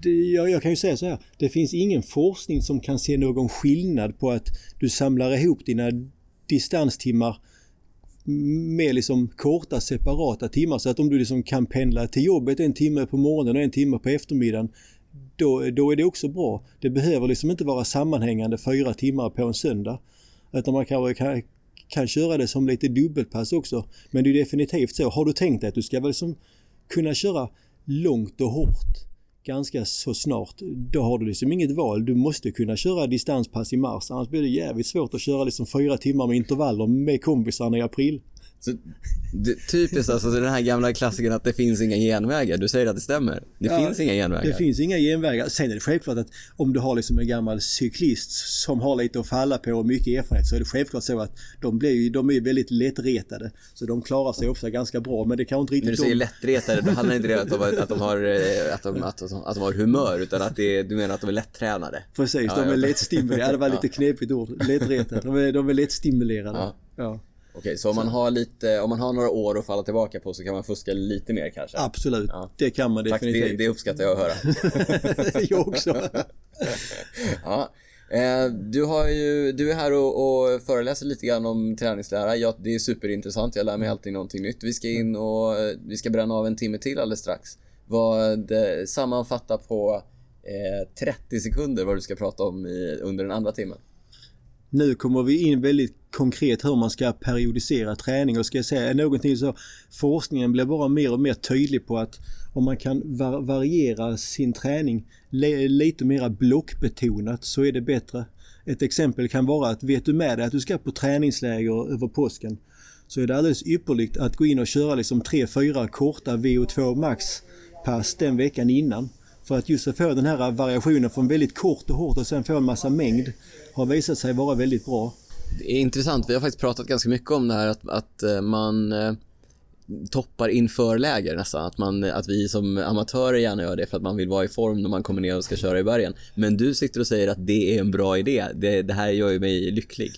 Det, jag, jag kan ju säga så här, det finns ingen forskning som kan se någon skillnad på att du samlar ihop dina distanstimmar med liksom korta separata timmar så att om du liksom kan pendla till jobbet en timme på morgonen och en timme på eftermiddagen då, då är det också bra. Det behöver liksom inte vara sammanhängande fyra timmar på en söndag. Utan man kan, kan, kan köra det som lite dubbelpass också. Men det är definitivt så. Har du tänkt dig att du ska väl liksom kunna köra långt och hårt ganska så snart. Då har du liksom inget val. Du måste kunna köra distanspass i mars. Annars blir det jävligt svårt att köra liksom fyra timmar med intervaller med kompisarna i april.
Så, det, typiskt alltså den här gamla klassikern att det finns inga genvägar. Du säger att det stämmer. Det
Ja,
finns inga genvägar.
Det finns inga genvägar. Sen är det självklart att om du har liksom en gammal cyklist som har lite att falla på och mycket erfarenhet så är det självklart så att de, blir ju, de är ju väldigt lättretade. Så de klarar sig ofta ganska bra men det kan inte
När du
riktigt...
säger
De,
lättretade, då handlar inte det om att de, har- att de, har, eh, att de, att de, att de har humör, utan att det, är- du menar att de är lättränade.
precis,
Ja,
de är
jag-
lättstimulerade.
[laughs]
Ja, det var lite knepigt ord. Lättretade. De är, de är lättstimulerade.
Ja.
Ja.
Okej, så om man, har lite, om man har några år att falla tillbaka på så kan man fuska lite mer kanske?
Absolut,
Ja.
det kan man
Tack, det,
definitivt.
det uppskattar jag att höra.
[laughs] jag också.
[laughs] Ja. Eh, Du, har ju, du är här och, och föreläser lite grann om träningslära. Ja, det är superintressant. Jag lär mig alltid någonting nytt. Vi ska in och eh, vi ska bränna av en timme till alldeles strax. Vad, eh, sammanfatta på eh, 30 sekunder vad du ska prata om i, under den andra timmen.
Nu kommer vi in väldigt konkret hur man ska periodisera träning och ska jag säga någonting så forskningen blir bara mer och mer tydlig på att om man kan var- variera sin träning le- lite mera blockbetonat så är det bättre. Ett exempel kan vara att vet du med dig att du ska på träningsläger över påsken så är det alldeles ypperligt att gå in och köra liksom 3-4 korta VO2 max pass den veckan innan. För att just att få den här variationen från väldigt kort och hårt och sen få en massa mängd har visat sig vara väldigt bra.
Det är intressant. Vi har faktiskt pratat ganska mycket om det här att, att eh, man eh, toppar inför läger nästan. Att, man, att vi som amatörer gärna gör det för att man vill vara i form när man kommer ner och ska köra i bergen. Men du sitter och säger att det är en bra idé. Det, det här gör ju mig lycklig.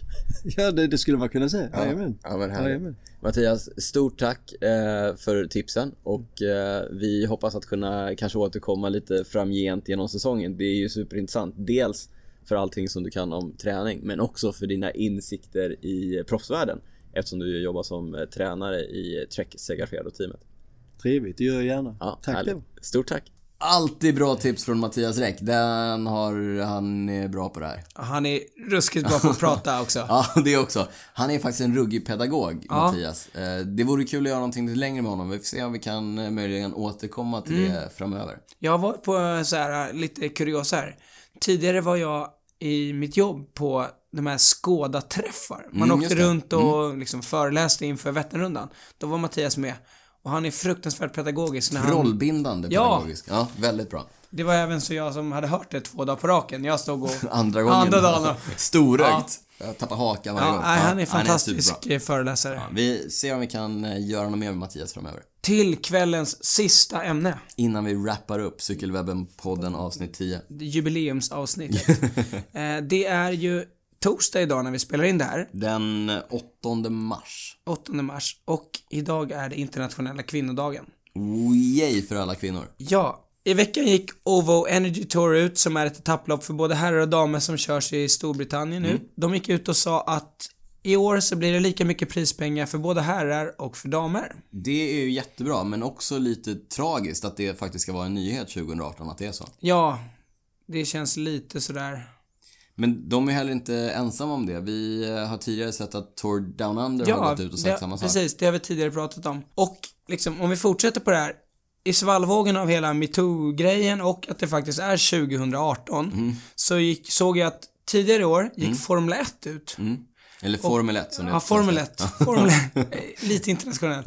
Ja, det, det skulle man kunna säga. Jajamän.
Ja, men härligt.
Jajamän.
Mattias, stort tack eh, för tipsen och eh, vi hoppas att kunna kanske återkomma lite framgent genom säsongen. Det är ju superintressant. Dels för allting som du kan om träning, men också för dina insikter i proffsvärlden eftersom du ju jobbar som eh, tränare i Trek Segafredo-teamet.
Trevligt, det gör jag gärna.
Ja,
Tack
härligt.
då.
Stort tack!
Alltid bra tips från Mattias Räck. Den har, han är bra på det här. [laughs]
Han är ruskigt bra på att prata också.
Ja, det också. Han är faktiskt en ruggig pedagog, Mattias. Eh, Det vore kul att göra någonting lite längre med honom. Vi får se om vi kan eh, möjligen återkomma till
Mm.
det framöver.
Jag har varit på eh, så här, lite kuriosa här. Tidigare var jag i mitt jobb på de här Skåda-träffar. Man
Mm,
åkte
just det.
runt och liksom föreläste inför Vätternrundan. Då var Mattias med. Och han är fruktansvärt pedagogisk när han...
Rollbindande
Ja.
pedagogiskt. Ja, väldigt bra.
Det var även så jag som hade hört det två dagar på raken. Jag
[laughs]
stod och...
Andra gången.
Andra dagen.
[laughs] Storögt. Jag tappar hakan varje
Ja,
gång.
nej, han är
superbra.
fantastisk föreläsare.
Vi ser om vi kan eh, göra något mer med Mattias framöver.
Till kvällens sista ämne.
Innan vi wrappar upp Cykelwebben-podden avsnitt 10.
Jubileumsavsnittet.
[laughs]
Eh, det är ju torsdag idag när vi spelar in det här.
Den eh, 8 mars.
8 mars. Och idag är det internationella kvinnodagen.
Oh, Yay för alla kvinnor.
Ja, I veckan gick OVO Energy Tour ut som är ett etapplopp för både herrar och damer som körs i Storbritannien
Mm.
nu. De gick ut och sa att i år så blir det lika mycket prispengar för både herrar och för damer.
Det är ju jättebra, men också lite tragiskt att det faktiskt ska vara en nyhet 2018 att det är så.
Ja, det känns lite sådär.
Men de är heller inte ensamma om det. Vi eh, har tidigare sett att Tour Down Under har gått ut och sagt
det,
samma sak.
precis. Det har vi tidigare pratat om. Och liksom, om vi fortsätter på det här. I svallvågen av hela metoo-grejen och att det faktiskt är 2018
Mm.
så gick, såg jag att tidigare i år gick Formel 1 ut.
Eller Formel 1 som det
Ja,
heter.
Formel 1. Formel 1. Eh, Lite internationellt.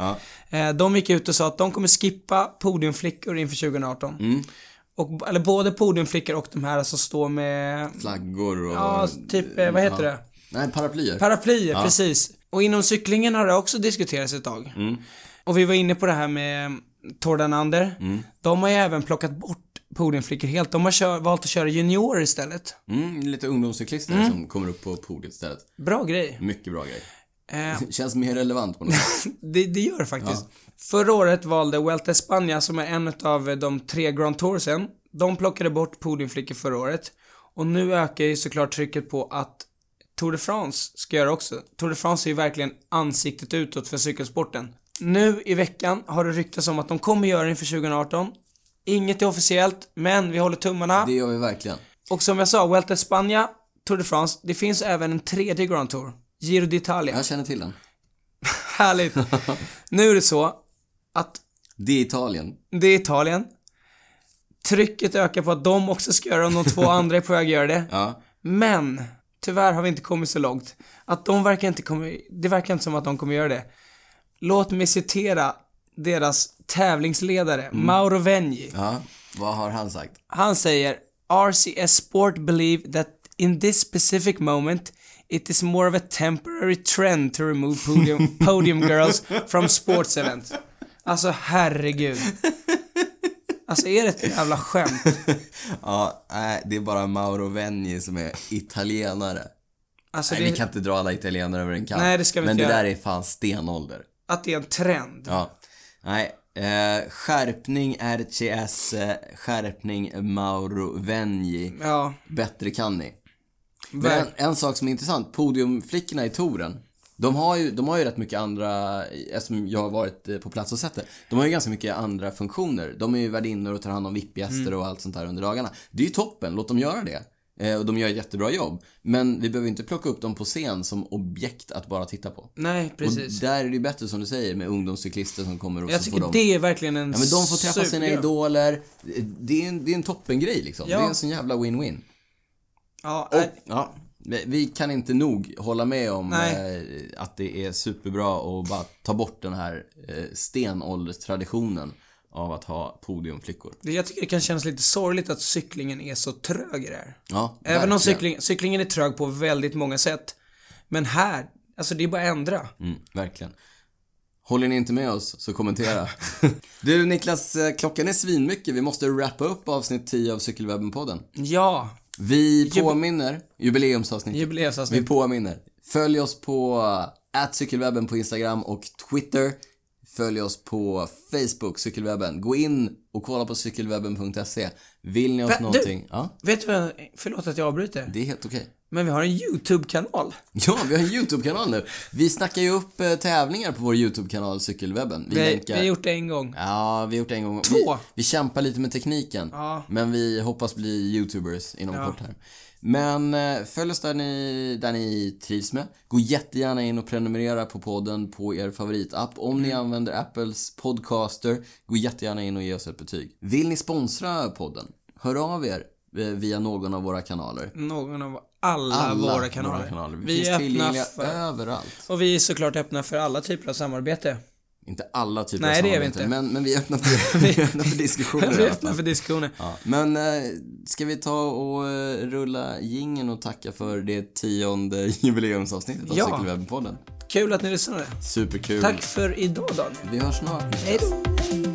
Eh, De gick ut och sa att de kommer skippa podiumflickor inför 2018. Och, eller både podiumflickor och de här som står med
Flaggor och...
Ja, typ, eh, vad heter det?
Nej, paraplyer.
paraplyer. Precis. Och inom cyklingen har det också diskuterats ett tag. Och vi var inne på det här med Tordan Ander. De har ju även plockat bort podiumflickor helt. De har kör, valt att köra juniorer istället.
mm, lite ungdomscyklister
Mm.
som kommer upp på podiet istället.
Bra grej.
Mycket bra grej.
Eh,
[laughs] Känns mer relevant på något
[laughs]
sätt.
Det, det gör det faktiskt. Förra året valde Vuelta España, som är en av de tre Grand Toursen, de plockade bort podiumflickor förra året. Och nu ökar ju såklart trycket på att Tour de France ska göra också. Tour de France är ju verkligen ansiktet utåt för cykelsporten. Nu i veckan har det ryktats om att de kommer göra det inför 2018. Inget är officiellt, men vi håller tummarna.
Det gör vi verkligen.
Och som jag sa, Vuelta España, Tour de France, det finns även en tredje Grand Tour. Giro d'Italia.
Jag känner till den.
Härligt. nu är det så att
Det är Italien.
det är Italien. Trycket ökar på att de också ska göra det om de två [laughs] andra är på väg att göra det.
Ja.
Men, tyvärr har vi inte kommit så långt. Att de verkar inte komma, det verkar inte som att de kommer göra det. Låt mig citera deras tävlingsledare, Mauro Vegni.
ja. Vad har han sagt?
Han säger RCS Sport believe that in this specific moment it is more of a temporary trend to remove
[laughs]
podium, podium girls from sports events. Alltså herregud. Alltså är det ett jävla skämt?
Ja, nej, det är bara Mauro Venni som är italienare.
Alltså
Nej,
det,
vi kan inte dra alla italienare över en kam.
Nej, det ska vi
Men
inte
det
göra.
där är fan stenålder.
att det är en trend.
Ja. Nej, eh, skärpning RCS, eh, skärpning Mauro Venji.
Ja,
Bättre kan ni. Men en,
verkligen.
en sak som är intressant, podiumflickorna i touren. De har, ju, de har ju rätt mycket andra, eftersom jag har varit eh, på plats och sett det, de har ju ganska mycket andra funktioner. De är ju värdinnor och tar hand om VIP-gäster
Mm.
och allt sånt där under dagarna. Det är ju toppen, låt dem göra det. Eh, och de gör ett jättebra jobb. Men vi behöver inte plocka upp dem på scen som objekt att bara titta på.
Nej, precis.
Och där är det ju bättre som du säger med ungdomscyklister som kommer och
Jag
så får de...
tycker det är verkligen en
Ja, men de får träffa sina
supergrej.
idoler. Det är en, det är en toppengrej liksom.
Ja.
Det är en sån jävla win-win.
Ja,
Och,
nej,
ja, vi vi kan inte nog hålla med om
Nej.
eh, att det är superbra att bara ta bort den här eh, stenålderstraditionen av att ha podiumflickor.
det- jag tycker det kan kännas lite sorgligt att cyklingen är så trög i det här.
Ja,
Även
verkligen.
om cykling, cyklingen är trög på väldigt många sätt. Men här, alltså det är bara att ändra.
Mm, verkligen. Håller ni inte med oss
[laughs]
så kommentera. du Niklas, eh, klockan är svinmycket. Vi måste wrappa upp avsnitt 10 av Cykelwebben-podden.
Ja,
Vi påminner, jubileumsavsnittet. Vi
jubileumsavsnitt.
påminner. Följ oss på att cykelwebben på Instagram och Twitter. Följ oss på Facebook, cykelwebben. Gå in och kolla på cykelwebben.se. Vill ni oss
Va, du?
någonting? Ja,
Vet du vad, förlåt att jag avbryter.
det är helt okej. [laughs]
Men vi har en YouTube-kanal.
Ja, vi har en YouTube-kanal nu. Vi snackar ju upp eh, tävlingar på vår YouTube-kanal Cykelwebben. Vi
Vi, vi
länkar-
har gjort det en gång.
Ja, vi har gjort det en gång.
Två.
Vi, vi kämpar lite med tekniken.
Ja.
Men vi hoppas bli YouTubers inom kort här. Men eh, följ oss där ni, där ni trivs med. Gå jättegärna in och prenumerera på podden på er favoritapp. Om ni
Mm.
använder Apples podcaster, gå jättegärna in och ge oss ett betyg. Vill ni sponsra podden? Hör av er eh, via någon av våra kanaler.
Någon av alla, våra kanaler.
Vi,
Vi
finns
är öppna
tillgängliga
för,
överallt.
och vi är såklart öppna för alla typer av samarbete.
Inte alla typer
Nej,
av
det är vi
samarbeten,
inte.
Men, men vi är öppna för, [laughs] vi är öppna för diskussioner
[laughs] Vi
i
är
alla fall.
öppna för diskussioner.
Ja, men eh, ska vi ta och eh, rulla gingen och tacka för det tionde [laughs] jubileumsavsnittet av
Ja.
Cykelwebben-podden?
Kul att ni lyssnade.
Superkul.
Tack för idag Daniel.
Vi hörs snart.
Hej då.